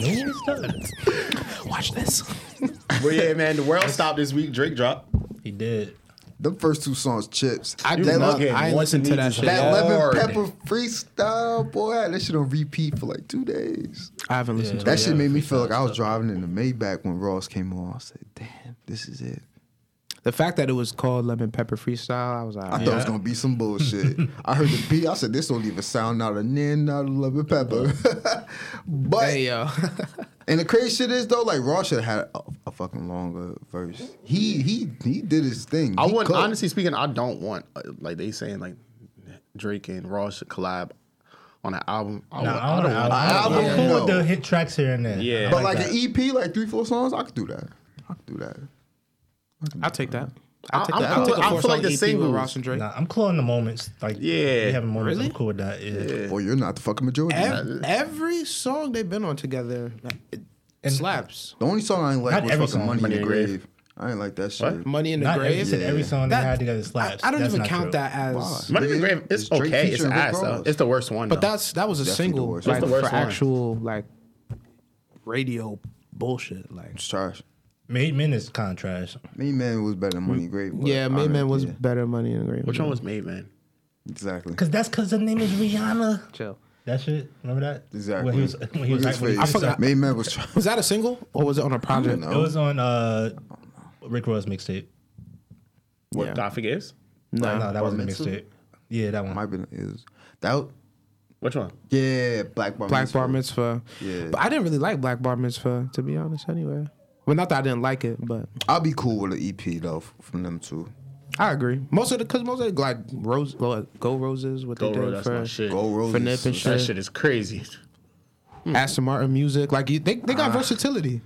C: it's not.
E: Watch this.
B: but yeah, man, the world stopped this week. Drake dropped.
C: He did.
D: Them first two songs, chips. I
E: do
D: that,
E: not-
D: le-
E: I ain't listened to that shit.
D: that lemon
B: Hard.
D: pepper freestyle, boy, I had that shit on repeat for like two days.
B: Oh,
E: I haven't listened
C: Yeah.
E: to
D: That
E: it.
D: shit made me feel like I was driving in the Maybach when Ross came on. I said, "Damn, this is it."
E: The fact that it was called Lemon Pepper Freestyle, I was like,
D: I thought it was gonna be some bullshit.
B: (laughs)
D: I heard the beat. I said, "This don't even sound out of nan, out of lemon pepper." (laughs) but
E: hey yo. (laughs)
D: and the crazy shit is though, like Ross should have had a, a fucking longer verse. He he he did his thing.
B: I
D: He
B: wouldn't.
D: cooked.
B: Honestly speaking, I don't want uh, like they saying like Drake and Raw should collab on an album. Oh, I,
C: Nah,
B: would-
C: I don't, I
D: I
C: I'm
D: don't
C: cool
D: know.
C: with the hit tracks here and there.
B: Yeah.
C: I
D: But like,
C: that.
D: an EP, like three four songs, I could do that. I could do that.
E: I'll take that.
B: I-
E: I'll take
B: I'm
E: that.
B: cool
E: I'll take
B: with- I feel
E: a four song
B: like the
E: EP with
B: singles.
E: Ross and Drake.
C: Nah, I'm cool in the moments. Like,
B: Yeah.
C: we having moments.
E: Really?
C: I'm cool with that. Yeah.
D: Boy, you're not the fucking majority.
E: Ev- every song they've been on together it
C: And-
E: slaps.
D: the only song I ain't like
C: Not
D: was
C: every
D: fucking
C: song.
D: Money,
B: Money
D: in the
B: in the
D: grave. I ain't like that shit.
E: Money in the
C: Not every,
E: Grave.
C: said every song
E: That-
C: they had together slaps.
E: I, I don't
C: That's
E: even
C: not
E: count
C: true.
E: that as.
D: Why?
B: Money in the Grave. It's
D: It's Drake
B: okay. It's
D: featuring Rick
B: ass though.
D: Ross.
B: It's the worst one.
E: But
B: though.
E: that's that was a
D: Definitely the
E: single,
D: worst.
E: like
B: That's the
E: for
B: worst one.
E: actual like radio bullshit. Like
D: It's trash.
C: Made Men is kind of trash.
D: Main Man was better than Money in the Grave. but
E: yeah, Main Man was
D: honestly,
E: better money in the grave.
B: which one was made, man.
D: yeah, exactly.
C: Because that's because the name is Rihanna.
E: chill?
C: That shit. Remember that?
D: Exactly.
C: When he was, when he was,
D: What's
C: like,
D: his
C: when he
D: face?
C: was
E: forgot.
D: Main Man was trash.
E: Was that a single or was it on a project?
C: (laughs)
D: No.
C: It was on uh, Rick Ross mixtape.
B: What
E: Yeah.
B: God forgives?
C: No, no, that wasn't a
D: Mental?
C: mixtape. Yeah, that one.
D: Might been is that. was-
B: Which one?
D: Yeah, Black Bar.
E: Black
D: Mitzvah.
E: Bar Mitzvah.
D: Yeah.
E: But I didn't really like Black Bar Mitzvah to be honest. Anyway, well, not that I didn't like it, but
D: I'll be cool with an EP though f- from them two.
E: I agree. Most of the because most of the like rose, well, Go Roses, what
B: Go
E: they
B: Road.
E: did
B: That's my
E: for
B: shit.
D: Gold Roses.
E: for Nip and
B: That
E: shit,
B: shit is (laughs) crazy.
E: Aston Martin music. Like you, they they got
B: Ah.
E: versatility.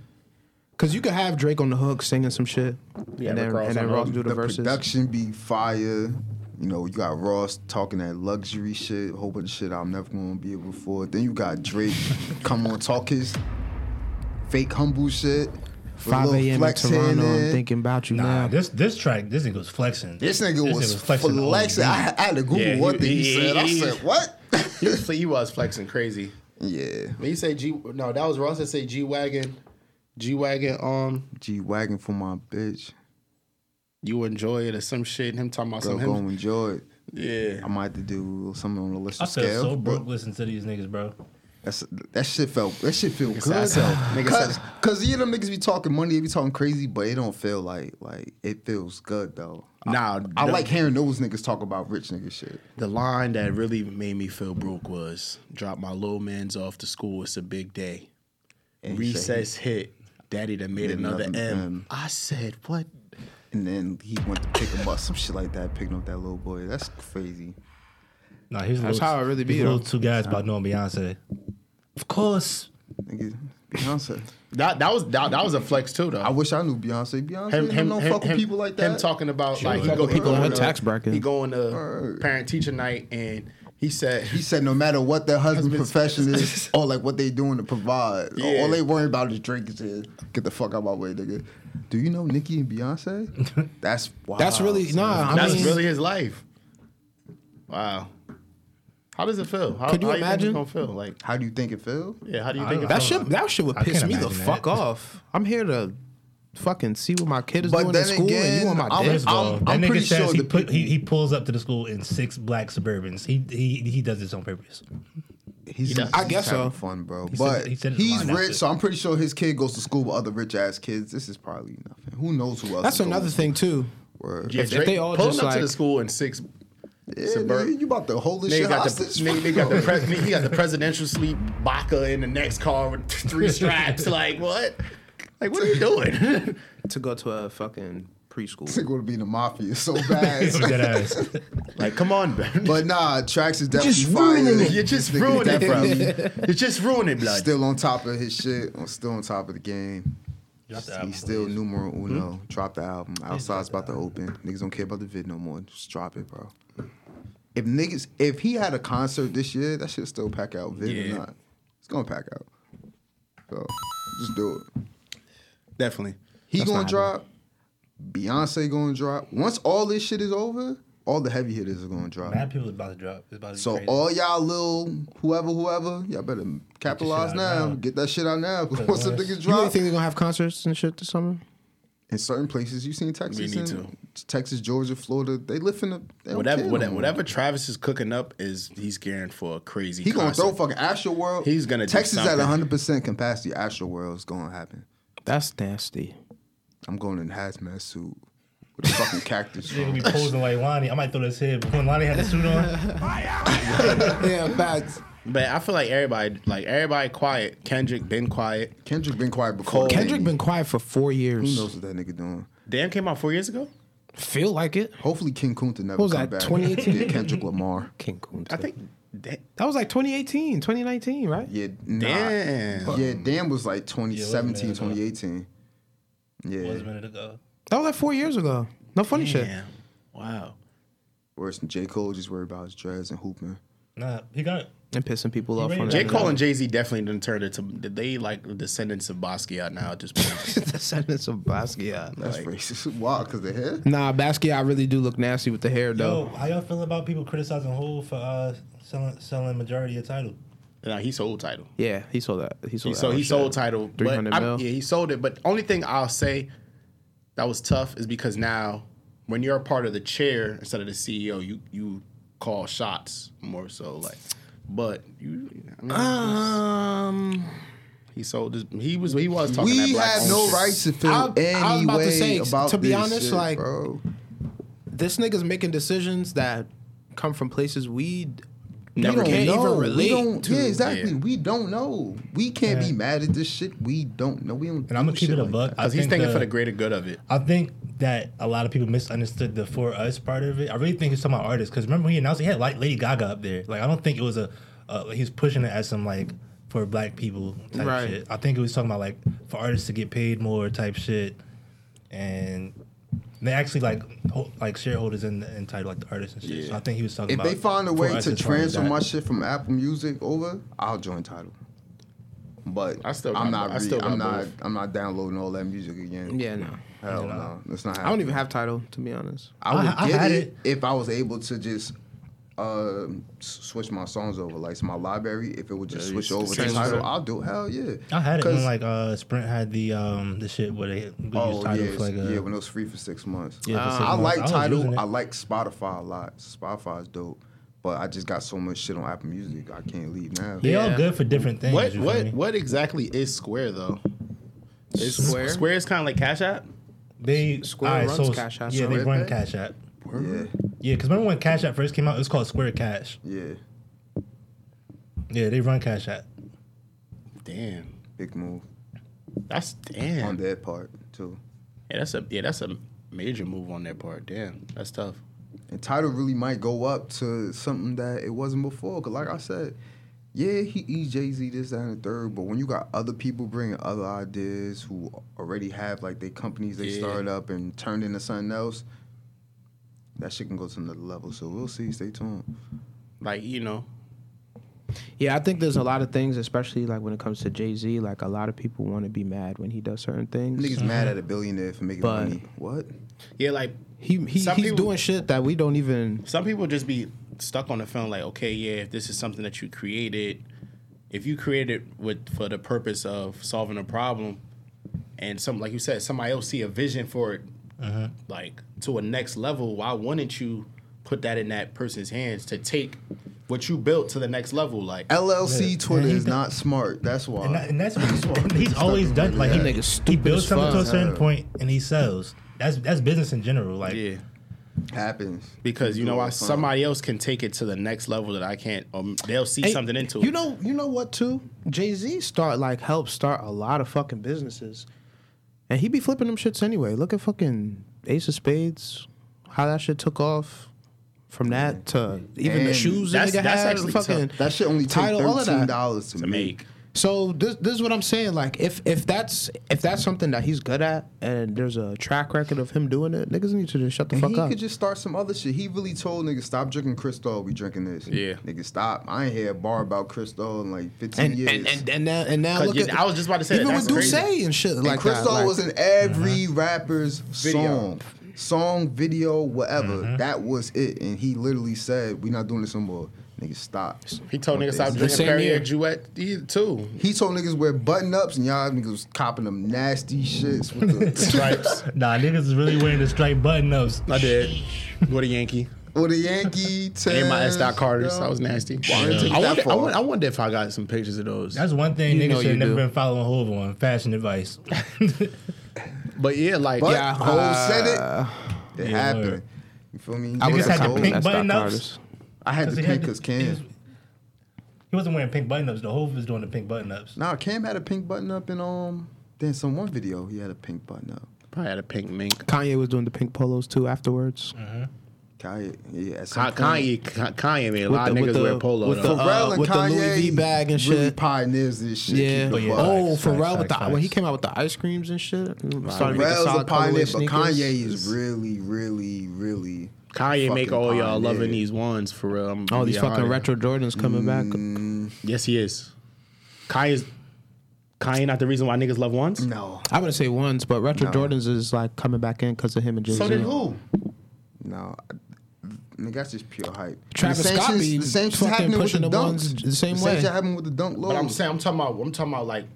E: Cause you could have Drake on the hook singing some shit,
B: Yeah,
E: and then
B: Rick Ross
E: and then
B: on the
E: Ross
B: hook.
E: do the,
D: the
E: verses.
D: production be fire. You know, you got Ross talking that luxury shit, whole bunch of shit I'm never gonna be able to afford. Then you got Drake come on talk his fake humble shit. with a
E: 5
D: little
E: a.m. in
D: flex here and
E: Toronto. I'm
D: there.
E: thinking about you
C: Nah,
E: now.
C: this this track, this nigga was flexing.
D: This nigga was, flexing.
C: all
D: I,
C: week.
D: I had to Google
B: Yeah, he-
D: what thing he,
B: he-
D: said. I
B: he-
D: said,
E: (laughs)
D: what?
B: He was, he was flexing crazy.
D: yeah.
B: When you say G, no, that was Ross that say G wagon, G wagon. Um,
D: G Wagon for my bitch.
B: you enjoy it or some shit. and Him talking about
D: Girl,
B: some
D: go
B: him.
D: enjoy it.
B: Yeah,
D: I might have to do something on the list
C: I
D: of
C: feel
D: scale.
C: so broke
D: but
C: listening to these niggas, bro.
D: that's, that shit felt that shit feel
B: said I
D: good. (laughs)
B: sell- nigga said-
D: Cause, Cause yeah, them niggas be talking money, they be talking crazy, but it don't feel like like it feels good though. I-
B: Nah,
D: I,
B: the-
D: like hearing those niggas talk about rich nigga shit.
B: the line that really made me feel broke was drop my little man's off to school. It's a big day.
D: And he said he-
B: Recess hit. Daddy that made
D: Made
B: another,
D: another
B: M.
D: M.
B: I said, what?
D: And then he went to pick him up, some shit like that, picking up that little boy. That's crazy.
C: Nah, here's
E: That's
C: little,
E: how it really be,
C: these Little
E: though.
C: two guys about knowing Beyonce. Of course,
D: Nigga, Beyonce.
B: That that was that, that was a flex too though.
D: I wish I knew Beyonce. Beyonce
B: him,
D: don't
B: him,
D: know
B: him,
D: fuck with
B: him-
D: people like that.
B: Him talking about like he
D: fuck
B: go
D: with
B: he
D: people
B: going
D: in
B: to
D: her
E: tax bracket.
B: He going to
D: Word.
B: parent teacher night and he said
D: He said no matter what their husband
B: Husband's- (laughs)
D: profession is or like what they doing to provide,
B: Yeah.
D: all they worry about is drinking and get the fuck out my way, nigga. Do you know Nicki and
B: (laughs)
D: Beyonce? That's wild.
E: That's really
D: son.
E: nah. I
B: that's
E: mean,
B: really his life. Wow. How does it feel? How,
E: Could you
B: how think
E: imagine?
B: it's gonna feel like?
D: How do you think it feel?
B: Yeah, how do you
C: I
B: think it
C: don't-
E: that
B: feels?
E: shit that shit would
C: I
E: piss
C: can't
E: me the
C: imagine
E: fuck
C: that.
E: off. I'm here to fucking see what my kid is
D: But
E: doing in
D: then
E: school, and
D: again,
E: you on my
D: I'm-
E: dick.
C: first of all, that
D: I'm
C: nigga
D: pretty
C: says
D: sure
C: he,
D: the
C: put, he
D: people-
C: he pulls up to the school in six black Suburbans. He he he does this on
D: (laughs)
C: purpose.
D: He's,
B: does.
D: I
E: I guess
D: guess having
E: so.
D: fun, bro.
C: said-
D: but
C: he said it
D: he's
C: line after.
D: rich, so I'm pretty sure his kid goes to school with other rich ass kids. This is probably nothing. Who knows who else?
E: That's
D: is going
E: another
D: to-
E: thing too.
D: Word.
B: If
E: If they all
B: pulling
E: just
B: up to
E: like-
B: the school in six
D: Yeah,
B: suburb-
D: nigga, you about to hold this
B: Nigga
D: shit
B: got the
D: hostage?
B: nigga, nigga got
D: (laughs)
B: the pres- nigga got the presidential sleep Baca in the next car with
D: (laughs)
B: three straps. like what? Like what are you doing? (laughs)
E: To go to a fucking preschool.
D: This nigga would be in the
B: (laughs)
D: mafia so
C: With
D: bad.
C: that ass.
B: like come on, Ben. (laughs)
D: but nah, Trax is definitely
B: just
D: fire.
B: ruining it. You just
D: This nigga
B: ruined it, bro.
D: definitely
B: (laughs) you just ruined it, blood.
D: Still on top of his shit. Still on top of the game.
C: Drop the
D: He's
C: album,
D: still numero uno.
B: Hmm?
D: Drop the album. Outside's about to open. Niggas don't care about the vid no more. Just drop it, bro. If niggas, if he had a concert this year, that shit still pack out. Vid
B: Yeah.
D: or not, it's gonna pack out. So just do it.
B: Definitely.
D: He
E: That's
D: gonna
E: not
D: drop. Beyonce gonna drop. Once all this shit is over, all the heavy hitters are gonna drop.
C: Mad people is about to drop. It's about to be
D: So
C: crazy.
D: all y'all little whoever whoever, y'all better capitalize
C: out
D: now.
C: now.
D: Get that shit out now. (laughs) Once
C: Because
D: some
C: once-
D: niggas
E: You really
D: drop,
E: think they're gonna have concerts and shit this summer?
D: in certain places you seen Texas,
B: We need
D: and- Texas, Georgia, Florida. They live in the they don't
B: Whatever,
D: care no
B: whatever,
D: more.
B: whatever Travis is cooking up is he's gearing for a crazy.
D: He gonna
B: concert.
D: throw fucking Astro World.
B: He's gonna do
D: Texas at
B: something.
D: 100 percent capacity. Astro World's gonna happen.
E: That's nasty.
D: I'm going in a hazmat suit with a fucking cactus.
C: Nigga
D: on.
C: be posing like Lonnie. I might throw this here. But when Lonnie had the suit on, (laughs)
E: Yeah, facts.
B: But I feel like everybody, like everybody, quiet. Kendrick been quiet.
D: Kendrick been quiet before.
B: Cole.
E: Kendrick
D: baby.
E: been quiet for four
D: Who
E: years.
D: knows what that nigga doing?
B: Damn came out four years ago.
E: Feel like it.
D: Hopefully King Kunta never
E: What was
D: come
E: that,
D: back.
E: 2018?
D: Yeah, Kendrick Lamar.
E: King Kunta.
B: I think. That,
E: that was like 2018, 2019, right?
D: Yeah, nah.
B: Damn.
D: Yeah, damn was like 2017,
C: Yeah, it was a minute
D: 2018.
C: it was a
D: Yeah,
C: minute ago.
E: That was like four years ago. No funny shit.
B: damn. Wow.
D: worse than J. Cole just worried about his dreads and hooping.
C: Nah, he got it.
E: And pissing people off
C: ready
E: on
C: to
B: J.
E: that.
C: go?
B: Cole (laughs) and Jay Z definitely didn't turn into. They like descendants of Basquiat now. Just
E: Descendants of Basquiat.
D: That's racist. (laughs) Why? Because the hair?
E: Nah, Basquiat really do look nasty with the hair
C: Yo,
E: though.
C: how y'all feel about people criticizing Hov for uh, selling selling majority of title?
B: now he sold title.
E: Yeah, he sold that. He
B: He
E: sold. that
B: sold,
E: whole
B: he
E: shit.
B: sold title. But
E: 300
B: I'm-
E: mil.
B: yeah, he sold it. But only thing I'll say that was tough is because now when you're a part of the chair instead of the CEO, you you call shots more so like. But you, I mean,
E: Um,
B: he sold his. He was he was talking. that
D: We
B: black
D: have
B: owned
D: no
B: shit.
D: right to feel
E: I-
D: any
E: I was about to
D: way
E: say,
D: about
E: to be
D: this
E: honest,
D: shit,
E: like-
D: bro.
E: this nigga's making decisions that come from places we
B: Never
E: we don't
B: came.
E: even
D: No, we
E: relate
D: don't.
E: to.
D: yeah, exactly.
B: yeah.
D: We don't know. We can't be
C: Yeah.
D: mad at this shit. We don't know. We don't.
C: And I'm gonna keep it a buck. I
B: Because he's
C: think uh,
B: thinking for the greater good of it.
C: I think that a lot of people misunderstood the for us part of it. I really think he's talking about artists because remember when he announced he had like Lady Gaga up there. Like I don't think it was a uh, like, he was pushing it as some like for black people type
E: Right.
C: shit. I think it was talking about like for artists to get paid more type shit, and they actually like ho- like shareholders in in title like the artists and shit. So I think he was talking
D: If
C: about
D: they find a
C: for
D: way
C: us
D: to
C: as far as
D: transfer
C: that.
D: my shit from Apple Music over, I'll join Title. But
B: I still got
D: I'm not.
B: bo- I
D: re-
B: still got
D: I'm not.
B: both.
D: I'm not downloading all that music again.
E: Yeah, no.
D: Hell no. That's not. Happening.
E: I don't even have title to be honest.
D: I would
C: I- I
D: get
C: had
D: it,
C: it.
D: if I was able to just uh, s- switch my songs over, like to my library. If it would just switch over to
B: transfer.
D: title, I'll do. it. Hell yeah!
C: I had it
D: 'Cause-
C: when like uh Sprint had the um the shit where they use
D: oh
C: title
D: yeah,
C: for like uh, a
D: yeah, when it was free for six months.
C: Yeah, for six
D: I
C: months. I
D: like
C: was using it.
D: title. I like Spotify a lot. Spotify's dope, but I just got so much shit on Apple Music. I can't leave now.
C: they all
E: Yeah.
C: good for different things.
B: What
C: you feel
B: what
C: me?
B: what exactly is Square though? Is
E: Square?
B: Square is kind of like Cash App.
C: They
E: Square
C: alright,
E: runs Cash App,
C: Yeah,
E: so
C: they
E: Red
C: run
E: Pay?
C: Cash App.
D: Yeah,
C: Yeah, because remember when Cash App first came out, it was called Square Cash.
D: yeah.
C: Yeah, they run Cash App.
B: Damn.
D: Big move.
B: That's damn
D: on their part too.
B: Yeah, that's a yeah, that's a major move on their part. Damn, that's tough.
D: And title really might go up to something that it wasn't before. Cause like I said, yeah, he he's Jay Z this that and the third. But when you got other people bringing other ideas who already have like their companies they
B: Yeah.
D: started up and turned into something else, that shit can go to another level. So we'll see. Stay tuned.
B: Like you know,
E: Yeah, I think there's a lot of things, especially like when it comes to Jay Z. Like a lot of people want to be mad when he does certain things.
D: Niggas mad at a billionaire for making
E: But-
D: money. What?
B: yeah, like
E: He, he he's
B: Some people-
E: doing shit that we don't even.
B: some people just be stuck on the film. Like, okay, yeah, if this is something that you created, if you created it with for the purpose of solving a problem, and some like you said, somebody else see a vision for it,
E: Uh-huh.
B: like to a next level. Why wouldn't you put that in that person's hands to take what you built to the next level? Like,
D: LLC
C: Yeah.
D: Twitter
C: Yeah, he
D: is
C: got-
D: not smart. That's why.
C: And, that, and that's what he's, (laughs) and he's always done. Like he,
E: That nigga
C: he
E: stupid
C: builds
E: as
C: something to a
E: fuck.
C: certain point and he sells. That's that's business in general. Like
B: yeah.
D: happens
B: Because you know why
D: Fine.
B: somebody else can take it to the next level that I can't, or they'll see
E: Hey,
B: something into
E: You
B: it.
E: know, you know what too? Jay Z start like helped start a lot of fucking businesses, and he be flipping them shits anyway. Look at fucking Ace of Spades, how that shit took off. From that to even the
D: And
E: shoes that
B: that's-
E: nigga
B: that's
E: had,
B: actually
E: fucking
D: Mm. That shit only take
E: title, all of
D: thirteen
E: that.
D: dollars to
B: to
D: make.
B: make.
E: So this this is what I'm saying. Like if if that's if that's something that he's good at, and there's a track record of him doing it, niggas need to just shut the
D: And
E: fuck
D: he
E: up.
D: could just start some other shit. He really told niggas stop drinking Cristal. We drinking this.
B: Yeah.
D: nigga, stop. I ain't had a bar about Crystal in like fifteen
E: and,
D: years.
E: and, and and now and now
B: 'Cause
E: look
B: you-
E: at
B: I was just about to say that.
E: even
B: That's
E: with
B: crazy.
E: Duce and shit like
D: Crystal
E: that. Like,
D: was in every rapper's
B: Video.
D: Uh-huh. song, song, video, whatever.
B: Mm-hmm.
D: That was it. And he literally said, "We not doing this no more." Niggas, stop.
B: He told niggas stop
D: The
B: drinking
E: same
B: Perrier
E: year.
B: Jouet too.
D: He told niggas wear button ups, and y'all niggas was copping them nasty shits. With the,
B: (laughs) Stripes.
C: nah, niggas is really wearing the straight button ups.
B: I did. What a Yankee.
D: with the Yankee.
B: And my
D: Taz,
B: S. Dot Carters. I was nasty. I,
D: that
B: wonder, I,
D: far.
B: wonder, I wonder if I got some pictures of those.
C: That's one thing
E: You know
C: niggas should
E: you
C: have never
E: do.
C: been following Hov on fashion advice.
B: but yeah, like
D: But
E: Yeah,
D: yeah,
E: uh,
D: said it. It
C: yeah,
D: happened.
C: word.
D: You feel me?
E: I
C: Niggas
E: was
C: had the
E: told
C: pink
E: that's Doc
C: button-ups.
E: Carter's.
D: I had the
C: he
D: pink
C: the-
D: because
C: He, was,
D: Cam.
C: not wearing pink button ups. The Hov was doing the pink button ups.
D: Nah, Cam had a pink button up in um. Then some one video he had a pink button up.
B: probably had a pink mink.
E: Kanye was doing the pink polos too afterwards.
D: Kanye, yeah, at some point-
B: Kanye, Kanye made a lot of
E: the-
B: niggas
E: with the-
B: wear polo.
E: with
B: though.
E: the-
D: Pharrell
E: uh,
D: and
E: with the
D: Kanye
E: Louis V bag and
D: really
E: shit.
D: pioneers this shit.
E: Yeah.
D: keep
E: Oh,
D: it
C: yeah.
D: buck.
E: Oh,
C: Facts,
E: Pharrell
C: facts,
E: with the
C: facts,
E: when he
C: facts.
E: came out with the ice creams and shit. Started making
D: Pharrell's a
E: solid
D: pioneer,
E: colorway
D: but
E: sneakers.
D: Kanye is really, really, really.
B: Kanye make
D: fucking
B: all y'all
D: pioneer.
B: loving these ones for real. I'm
E: All
B: be
E: Oh, these fucking
B: honest.
E: retro Jordans coming
D: Mm.
E: back.
B: Yes, he is. Kanye's Kanye not the reason why niggas love ones.
D: No,
E: I wouldn't say ones, but retro Jordans is like coming back in because of him and Jay Z.
B: So then who?
D: no. Nigga, that's just pure hype.
E: Travis
D: the same
E: Scott
D: shit's-
E: be
D: the same shit's
E: fucking
D: happening with the
E: pushing the ones
D: dunks.
E: the same
D: the
E: way.
D: Same shit happened with the dunk lows.
B: But I'm saying I'm talking about I'm talking about like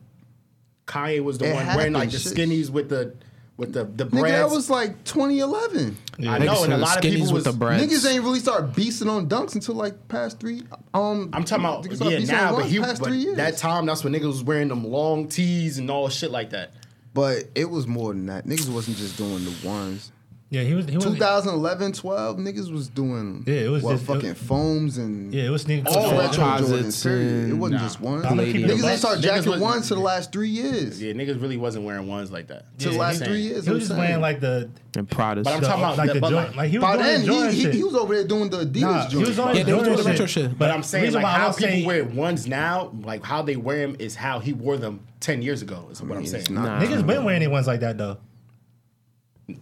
B: Kanye was the
D: It
B: one wearing like the
D: happens.
B: skinnies with the with the the
D: Nigga, that
B: breads.
D: was like 2011.
B: I
E: Niggas
B: know, and a
E: said
B: lot of
E: skinnies
B: people was
E: with the breads.
D: Niggas ain't really start beasting on dunks until like past three. Um,
B: I'm talking about
D: niggas start
B: yeah
D: beasting on
B: now, but
D: dunks
B: he
D: past
B: but
D: three years.
B: that time that's when niggas was wearing them long tees and all shit like that.
D: but it was more than that. Niggas wasn't just doing the ones.
C: Yeah, he was. He was
D: 2011, 12, niggas was doing
C: Yeah, it was
D: what,
C: just-
D: fucking
C: it-
D: foams and
C: yeah, it was sneakers.
B: All
D: all
B: retro
D: retro Jordans.
E: Posits
D: Period. It wasn't
B: and-
D: just one.
C: I'm gonna keep it a
D: Niggas
C: buck.
D: ain't start
B: Niggas
D: jacking
B: was-
D: ones to the last three years.
B: Yeah, niggas really wasn't wearing ones like that.
D: To the
C: Yeah,
D: last
B: he-
D: three years.
C: He was
D: I'm
C: just
D: saying.
C: wearing like the.
E: and Prada's.
B: But I'm
C: the-
B: talking about-
C: like the
B: but
C: joint.
B: like-
C: Like he was
D: By
C: doing the
D: then,
C: joint
D: he, he, he
C: shit.
D: was over there doing the Adidas
C: Nah, he
D: joint.
C: was on
E: Yeah, they was doing
C: Jordan
E: the retro shit.
B: But I'm saying
C: Reason
B: like
C: why I
B: how
C: would
B: people
C: say-
B: wear ones now, like how they wear them is how he wore them ten years ago. Is what I'm saying.
D: Nah.
C: Niggas been wearing their ones like that though.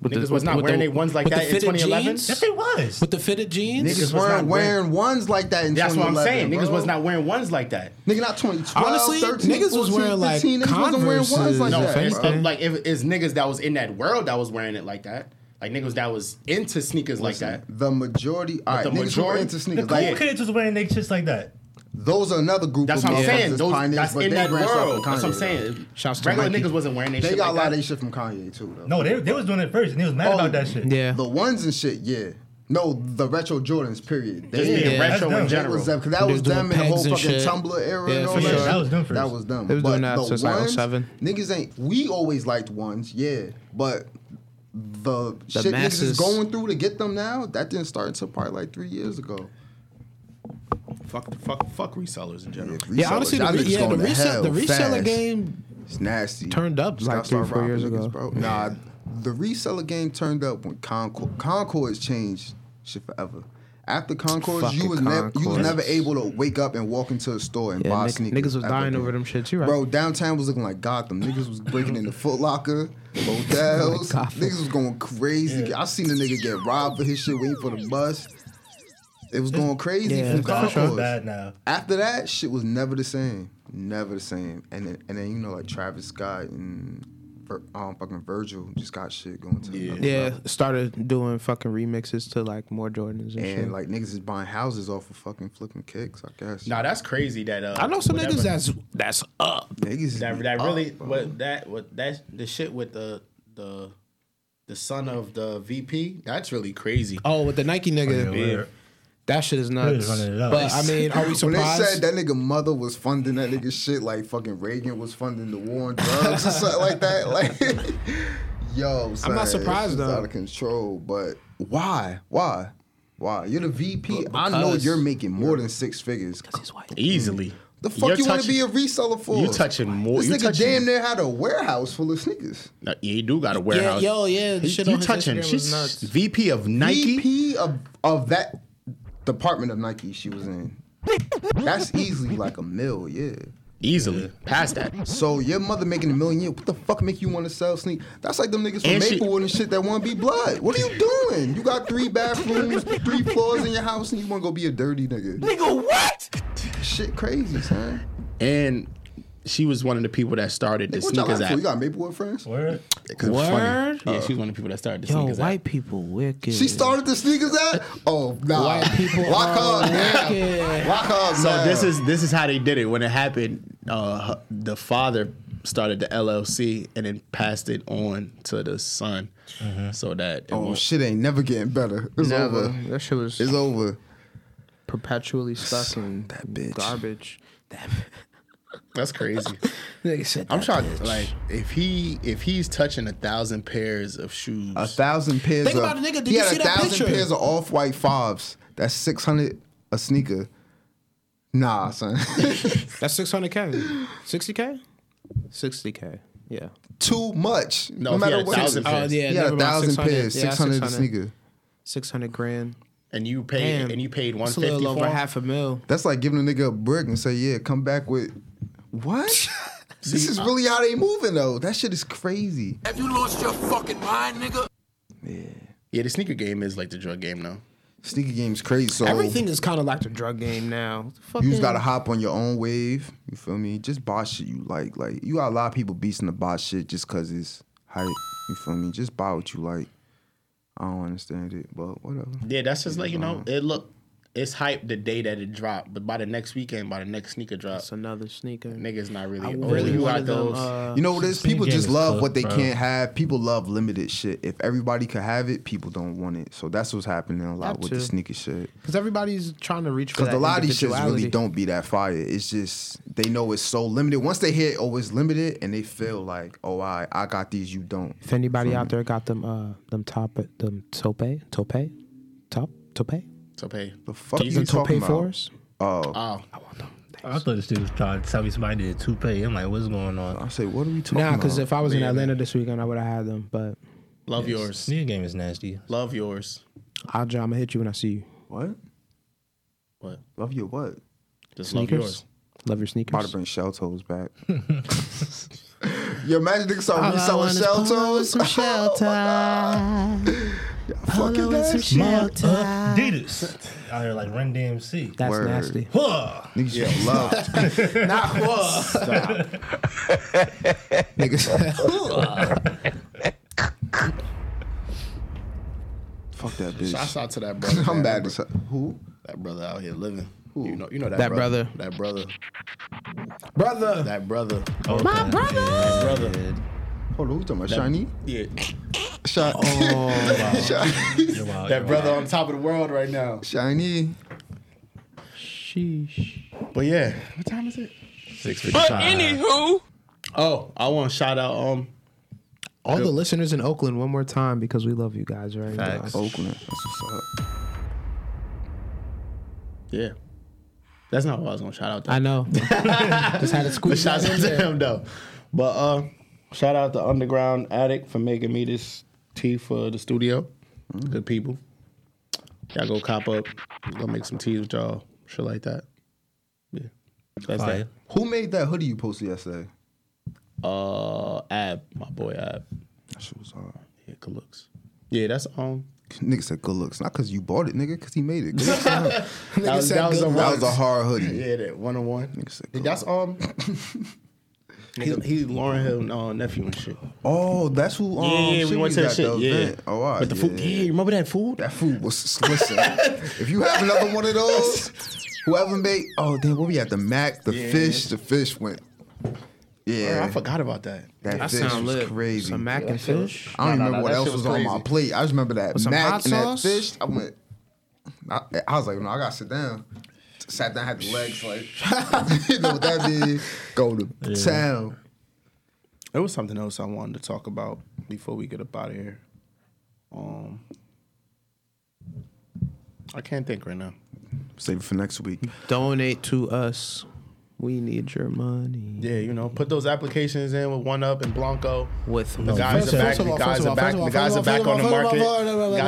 E: With
B: Niggas
E: the-
B: was not
E: with
B: wearing
E: the-
B: their ones like
E: with the
B: that in
E: fitted
B: 2011.
E: jeans?
C: Yes, they was.
E: With the fitted jeans,
D: Niggas
B: was not
D: weren't
B: wearing-
D: wearing ones like that in
B: That's what I'm
D: 2011,
B: saying. Niggas
D: bro.
B: was not wearing ones like that.
D: Nigga, not 2012,
E: Honestly,
D: 13,
E: niggas was
D: 14,
E: wearing, like,
D: 15. Niggas wasn't wearing ones like
E: Converses.
B: No,
D: that.
B: it's,
E: offense,
D: bro.
E: man.
B: like if it's niggas that was in that world that was wearing it like that, like niggas that was into sneakers like that.
D: The majority, all right,
B: the
D: niggas who are
B: majority-
D: into
C: The
D: sneakers,
C: cool
D: like,
C: kids was wearing their shits like that.
D: those are another group
B: That's
D: of
B: what I'm
D: motherfuckers
B: saying.
D: that's
B: Those,
D: pioneers,
B: that's
D: but
B: in
D: they
B: that
D: branched off
B: world.
D: from
B: That's what I'm
D: Kanye, though.
B: saying.
E: Shouts to
B: Regular
E: Mikey.
B: niggas wasn't wearing their
D: They
B: shit
D: got a
B: like
D: lot
B: that.
D: of their shit from Kanye, too, though.
C: No, they they was doing it first, and they was mad
D: Oh,
C: about that shit.
E: yeah.
D: The ones and shit, yeah. No, the retro Jordans,
B: Just
D: period. They-
B: being
E: Yeah.
B: retro
C: That's
B: in
C: dumb.
D: That was
B: general.
D: them because that was
E: They was doing
D: them in the whole
E: pegs and
D: fucking
E: shit.
D: Tumblr era.
E: Yeah,
D: and all
E: for
D: that.
E: sure.
D: shit.
C: That was them first.
D: That was them.
E: They was
D: But
E: doing that
D: the
E: since, like,
D: ones,
E: 07.
D: Niggas ain't. We always liked ones, yeah. But the, shit niggas is
E: masses.
D: going through to get them now. That didn't start until probably like three years ago.
B: Fuck, fuck, fuck resellers in general.
E: Yeah, honestly, the,
D: Y'all
E: re-
D: niggas
E: yeah, the,
D: going to
E: resell,
D: hell
E: the reseller
D: fast.
E: game
D: It's nasty.
E: Turned up
D: Just
E: like
D: gotta
E: three,
D: start
E: four years
D: robbing niggas,
E: ago.
D: Bro. Nah, the reseller game turned up when Concord. Concord has changed shit forever. After Concord, you
E: Fucking
D: was never you was
E: Concords.
D: never able to wake up and walk into a store and
E: Yeah,
D: buy
E: nigg-
D: sneakers.
E: niggas was
D: ever
E: dying
D: again.
E: over them shits, you right.
D: Bro, downtown was looking like Gotham. Niggas was breaking into Foot
E: (laughs)
D: Locker, hotels.
E: Gotham.
D: niggas was going crazy. I seen a nigga get robbed for his shit waiting for the bus. It was going crazy
C: Yeah,
D: from
C: it's bad. It's
D: Concord.
C: bad now.
D: After that, shit was never the same. Never the same. And then, and then you know like Travis Scott and Vir- um fucking Virgil just got shit going to yeah.
E: Yeah, started doing fucking remixes to like more Jordans and, shit.
D: And like niggas is buying houses off of fucking flipping kicks, I guess.
B: Nah, that's crazy. That uh,
E: I know some
B: whatever-
E: niggas that's that's up.
D: niggas is
B: that that
D: up,
B: really
D: bro.
B: what that what that the shit with the the the son of the VP. That's really crazy.
E: Oh, with the Nike nigga,
C: word.
E: that shit is nuts.
C: They're running it up.
E: But I mean, are we
D: When they
E: surprised?
D: said that nigga mother was funding that nigga shit like fucking Reagan was funding the war on drugs or something like that, (laughs) like yo, son,
E: not
D: it's
E: surprised,
D: just
E: though.
D: out of control. But why, why, why? You're the VP. I know
B: because-
D: you're making more than six figures.
B: Easily.
D: The fuck
B: You're
D: you want to
B: touching-
D: be a reseller for?
B: you touching more-
D: This
B: you
D: nigga
B: touching-
D: damn near had a warehouse full of sneakers.
B: Nah, yeah, you do got a warehouse.
E: yo, yeah, the
B: You,
E: shit
B: you
E: on his
B: touching?
E: Instagram was
B: She's
E: nuts.
B: VP of Nike.
D: VP E of of that department of Nike she was in. That's easily like a mill, yeah.
B: Easily past that.
D: So your mother making a million year, what the fuck make you want to sell sneak? That's like them niggas from
B: And she-
D: Maplewood and shit that want to be blood. What are you doing? You got three bathrooms, three floors in your house, and you want to go be a dirty nigga?
G: Nigga, what?
D: Shit, crazy, son.
B: And she was one of the people that started the
D: What y'all
B: sneakers
D: like for?
B: app.
D: You got Maplewood friends?
C: Word.
B: 'Cause it was funny.
E: Word?
B: Yeah, she was one of the people that started the
E: Yo,
B: sneakers
E: white
B: app.
E: people wicked.
D: She started the sneakers app. Oh nah.
E: White people
D: Lock
E: are
D: her up
E: wicked.
D: now. Lock her up
B: So
D: now.
B: this is this is how they did it. When it happened, uh, her- the father started the LLC and then passed it on to the son, so that it
D: Oh
B: won't-
D: shit, ain't never getting better. It's
E: Never.
D: over.
E: That shit was
D: It's over.
E: perpetually stuck in that
D: bitch.
E: garbage.
B: that's
D: (laughs)
B: crazy.
E: Nigga said
B: I'm
E: that
B: trying
E: bitch.
B: like if he if he's touching a thousand pairs of shoes,
D: A thousand pairs
E: Think
D: of
E: about it, nigga. Did
D: he
E: you
D: had
E: see
D: a
E: that
D: thousand
E: picture?
D: pairs of off white fives. That's six hundred a sneaker. Nah, son. (laughs) (gasps)
E: That's 600K. 60K? 60K. Yeah.
D: Too much.
B: No, if
D: No,
B: he
D: matter
B: had a
D: what.
B: thousand
E: Oh,
B: pairs.
E: yeah.
D: He had
E: never
D: a
E: mind,
D: thousand pairs,
E: Yeah,
D: six hundred a sneaker.
E: 600 grand.
B: and you paid
E: Damn.
B: and you paid one
E: It's a
B: fifty
E: little over
B: for
E: half a mil.
D: That's like giving a nigga a brick and say, "Yeah, come back with (laughs) what." this is really how they moving though. That shit is crazy.
K: Have you lost your fucking mind, nigga?
B: Yeah, the sneaker game is like the drug game now.
D: Sneaker game's crazy. So
E: Everything is kind of like the drug game now.
D: You
E: Fucking,
D: just gotta hop on your own wave. You feel me? Just buy shit you like. Like you got a lot of people beasting the buy shit just cause it's hype. You feel me? Just buy what you like. I don't understand it, but whatever.
B: Yeah, that's just like you know, it look, it's hype the day that it dropped, but by the next weekend, by the next sneaker drop,
E: It's another sneaker.
B: niggas not really.
E: I
B: oh,
E: really
B: you
E: wanted
B: got
E: them,
B: those.
E: uh,
D: You know what it is?
C: Sixteen
D: People just
C: James
D: love
C: Cook,
D: what they
C: bro.
D: can't have. People love limited shit. If everybody could have it, people don't want it. So that's what's happening a lot
E: That
D: with
E: too.
D: the sneaker shit.
E: Because everybody's trying to reach for
D: Because
E: that
D: a lot of these shits really
E: individuality.
D: don't be that fire. It's just they know it's so limited. Once they hear oh it's limited, and they feel like oh I I got these you don't.
E: If anybody out there got them, uh, them top, them tope, tope, top, tope,
B: So pay.
D: The fuck
B: These
D: you
E: the tope
D: talking about?
E: fours.
D: Oh,
B: Oh,
C: I thought this dude was trying to tell me somebody did two pay. I'm like, what's going on?
D: I say, what are we talking
E: Nah,
D: about?
E: because if I was in Atlanta this weekend, I would have had them. But
B: love yours.
C: Sneaker game is nasty.
B: Love yours.
E: I'll, I'm gonna hit you when I see you.
D: what
B: What?
D: love your what?
B: Just love
E: Sneakers.
B: yours.
E: Love your
D: About
E: sneakers.
D: to bring shell toes back. (laughs) Yo, imagine niggas start
E: I want
D: reselling
E: is
D: shell
E: polo with
D: toes. Oh (laughs)
E: some shell
D: Fucking that.
C: Adidas. Out here like Run DMC.
E: That's
D: Word.
E: nasty.
C: Huh.
D: Niggas just love.
E: (laughs)
D: Not what.
E: (laughs)
D: Niggas. Fuck that bitch.
B: Shout out to that brother.
D: I'm
B: man.
D: bad. as hell. Who?
B: That brother out here living. You know, you know that,
E: That
B: brother,
E: brother.
B: That brother.
E: Brother.
B: That brother.
C: My brother.
B: That brother.
D: Hold on, who talking about? Shiny? Oh.
B: Yeah.
D: Shiny.
B: That brother on top of the world right now.
D: Shiny.
E: Sheesh.
B: But yeah, what time is it? Six fifty.
G: But anywho,
B: Oh, I want to shout out. Um,
E: All the listeners in Oakland, one more time because we love you guys, right?
C: Facts.
D: Oakland. That's what's up.
B: yeah, (laughs) that's not what I was gonna shout out. Though.
E: I know. (laughs) Just had to squeeze
B: Shout
E: that
B: out
E: in
B: to
E: there.
B: him though. But uh, shout out to Underground Attic for making me this tea for the studio. Good people. Y'all go cop up. Go make some teas with y'all. Shit like that. Yeah. That's
D: Fire.
B: that.
D: Who made that hoodie you posted yesterday?
B: Uh, Ab, my boy Ab.
D: That shit was hard.
B: Yeah, good looks. Yeah, that's um.
D: Nigga said good looks, not because you bought it, nigga, because he made
B: (laughs)
D: it. Good looks on him.
B: that, was,
D: said
B: that, was
D: good
B: a
D: looks. That was a hard hoodie.
B: Yeah, that one on one.
D: Nigga said good
B: That's (laughs) um. He's, he's Lauren Hill uh, nephew and shit.
D: Oh, that's who. Um,
B: Yeah, yeah, we
D: shit
B: went to
D: was
B: that
D: at
B: shit, yeah.
D: event. Oh, all right,
B: But the food- yeah, remember that food?
D: That food was listen. if you have another one
B: (laughs)
D: of those, whoever made. Oh damn, what we had the mac, the
B: Yeah.
D: fish, the fish went. Yeah,
B: Yeah. I forgot about that.
D: That
E: That
D: fish
E: sound
D: was
E: lit.
D: crazy. (laughs)
E: Some mac and fish?
D: I don't remember
E: Nah, nah, nah,
D: what
E: that
D: else
E: shit
D: was,
E: was
D: on
E: crazy.
D: my plate. I just remember that
E: With some
D: mac
E: hot
D: and
E: sauce?
D: that fish. I went. I, I was like, no, I gotta sit down. Sat down, had the legs like, (laughs) you know what that did? Go to town.
B: There was something else I wanted to talk about before we get up out of here. Um, I can't think right now.
D: Save it for next week.
E: Donate to us. We need your money.
B: Yeah, you know, put those applications in with One Up and Blanco.
E: With
B: the guys are back. The guys are back. The guys are back on the market.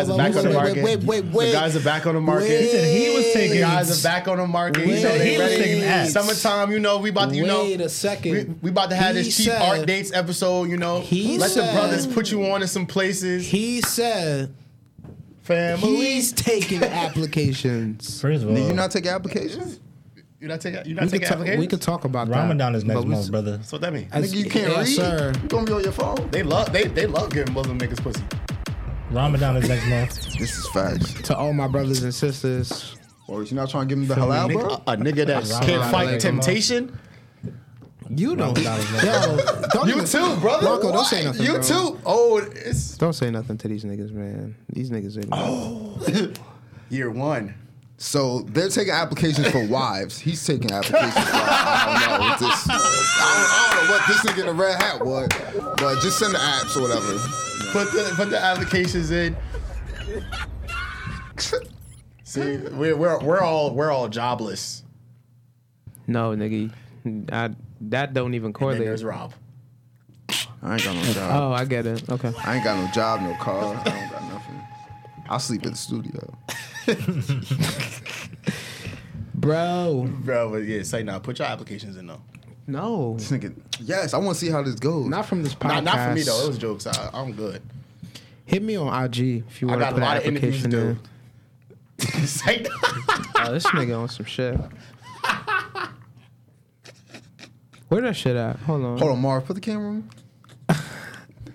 B: The guys are back on the market. The guys are back on the market.
C: He said he was taking-
B: The guys are back on the market.
C: He said
B: they
C: he was
B: ready.
C: taking apps.
B: Summertime, you know, we about to, you know,
E: Wait a second.
B: We, we about to have
E: He
B: this cheap
E: said-
B: art dates episode. You know,
E: He
B: let the
E: said-
B: brothers put you on in some places.
E: He said
B: Family. (laughs)
E: he's taking applications.
C: First of all,
D: Did you not take applications?
B: You not take you
E: we,
B: not
E: could
B: taking
E: ta- we
B: applications.
E: could talk about that.
C: Ramadan is next
E: but we-
C: month, brother.
B: That's what that mean.
E: As-
D: Nigga, you can't
E: yes,
D: read.
E: Sir.
D: You gonna be on your phone.
B: They love they they love giving Muslim niggas pussy.
C: Ramadan is next
B: (laughs)
C: month.
D: This is facts.
E: To all my brothers and sisters,
D: Or you're not trying to give him the halal,
B: Nigga-
E: Uh,
D: bro?
B: a, a nigga that
C: Ramadan
B: can't
C: is
B: fight
C: next month.
B: temptation.
E: you don't.
C: Ramadan is next
E: Yo,
C: month.
E: don't
B: You
E: even-
B: too, brother.
E: Blanco, don't say
B: What?
E: nothing.
B: You
E: bro.
B: too. Oh, it's
E: Don't say nothing to these niggas, man. These niggas are.
B: Oh. year one.
D: So they're taking applications for wives. He's taking applications for I don't know what this. I don't, I don't know what this nigga in the red hat what, but just send the apps or whatever.
B: Put the put the applications in. See, we're we're we're all we're all jobless.
E: No, nigga, I, that don't even
B: And then
E: correlate.
B: there's Rob.
D: I ain't got no job.
E: Oh, I get it. Okay.
D: I ain't got no job, no car. I don't got nothing. I sleep in the studio.
E: Bro.
B: Bro, but yeah, say nah. Put your applications in though.
E: No.
D: This nigga, yes, I want to see how this goes.
E: Not from this podcast.
B: Nah, not for me though. It was jokes. I, I'm good.
E: Hit me on IG if you
B: I
E: want to
B: got a
E: put an
B: lot of interviews to
E: application
B: do. (laughs)
E: in.
B: Say nah.
E: Oh, this nigga on
B: (laughs)
E: some shit. Where that shit at? Hold on.
D: Hold on, Marv, put the camera on.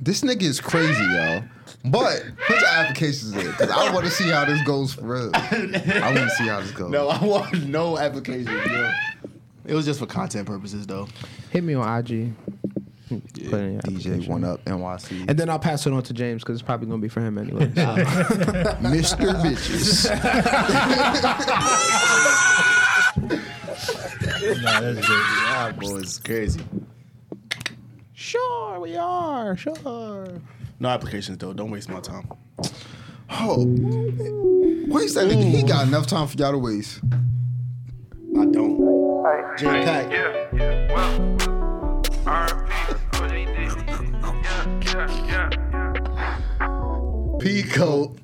D: this nigga is crazy, yo. But put your applications in, cause I want to see how this goes for real. I want to see how this goes.
B: No, I want no applications. Yo. It was just for content purposes though.
E: Hit me on IG. Put in your
D: DJ
E: application.
D: One Up NYC.
E: And (laughs) then I'll pass it on to James because it's probably gonna be for
B: (laughs)
E: him anyway. So.
D: Mr. Bitches.
C: Nah, that's good.
B: That boy's crazy.
E: sure, we are. Sure.
B: No applications though. Don't waste my time.
D: Oh, waste that nigga. He got enough time for y'all to waste.
B: I don't. Jam packed.
L: Yeah, yeah, well, RP, OJD, yeah, yeah, yeah,
B: Pico.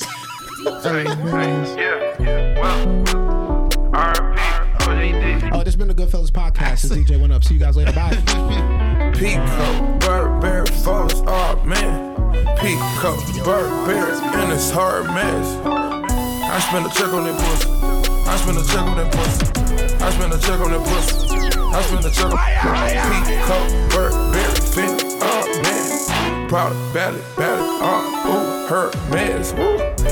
L: yeah, yeah, well, RP, OJD.
E: Oh, this has been the Goodfellas podcast. It's DJ One Up. See you guys later. Bye.
F: Pico, Burberry, falls off, man. Pico, Burberry, in this hard mess. I spend a check on that pussy. I spend a check on that pussy. I spend a check on that pussy. I spend a check on Pico, Burberry, fit up, man. Proud about it, about it, uh, ooh, her mess, ooh.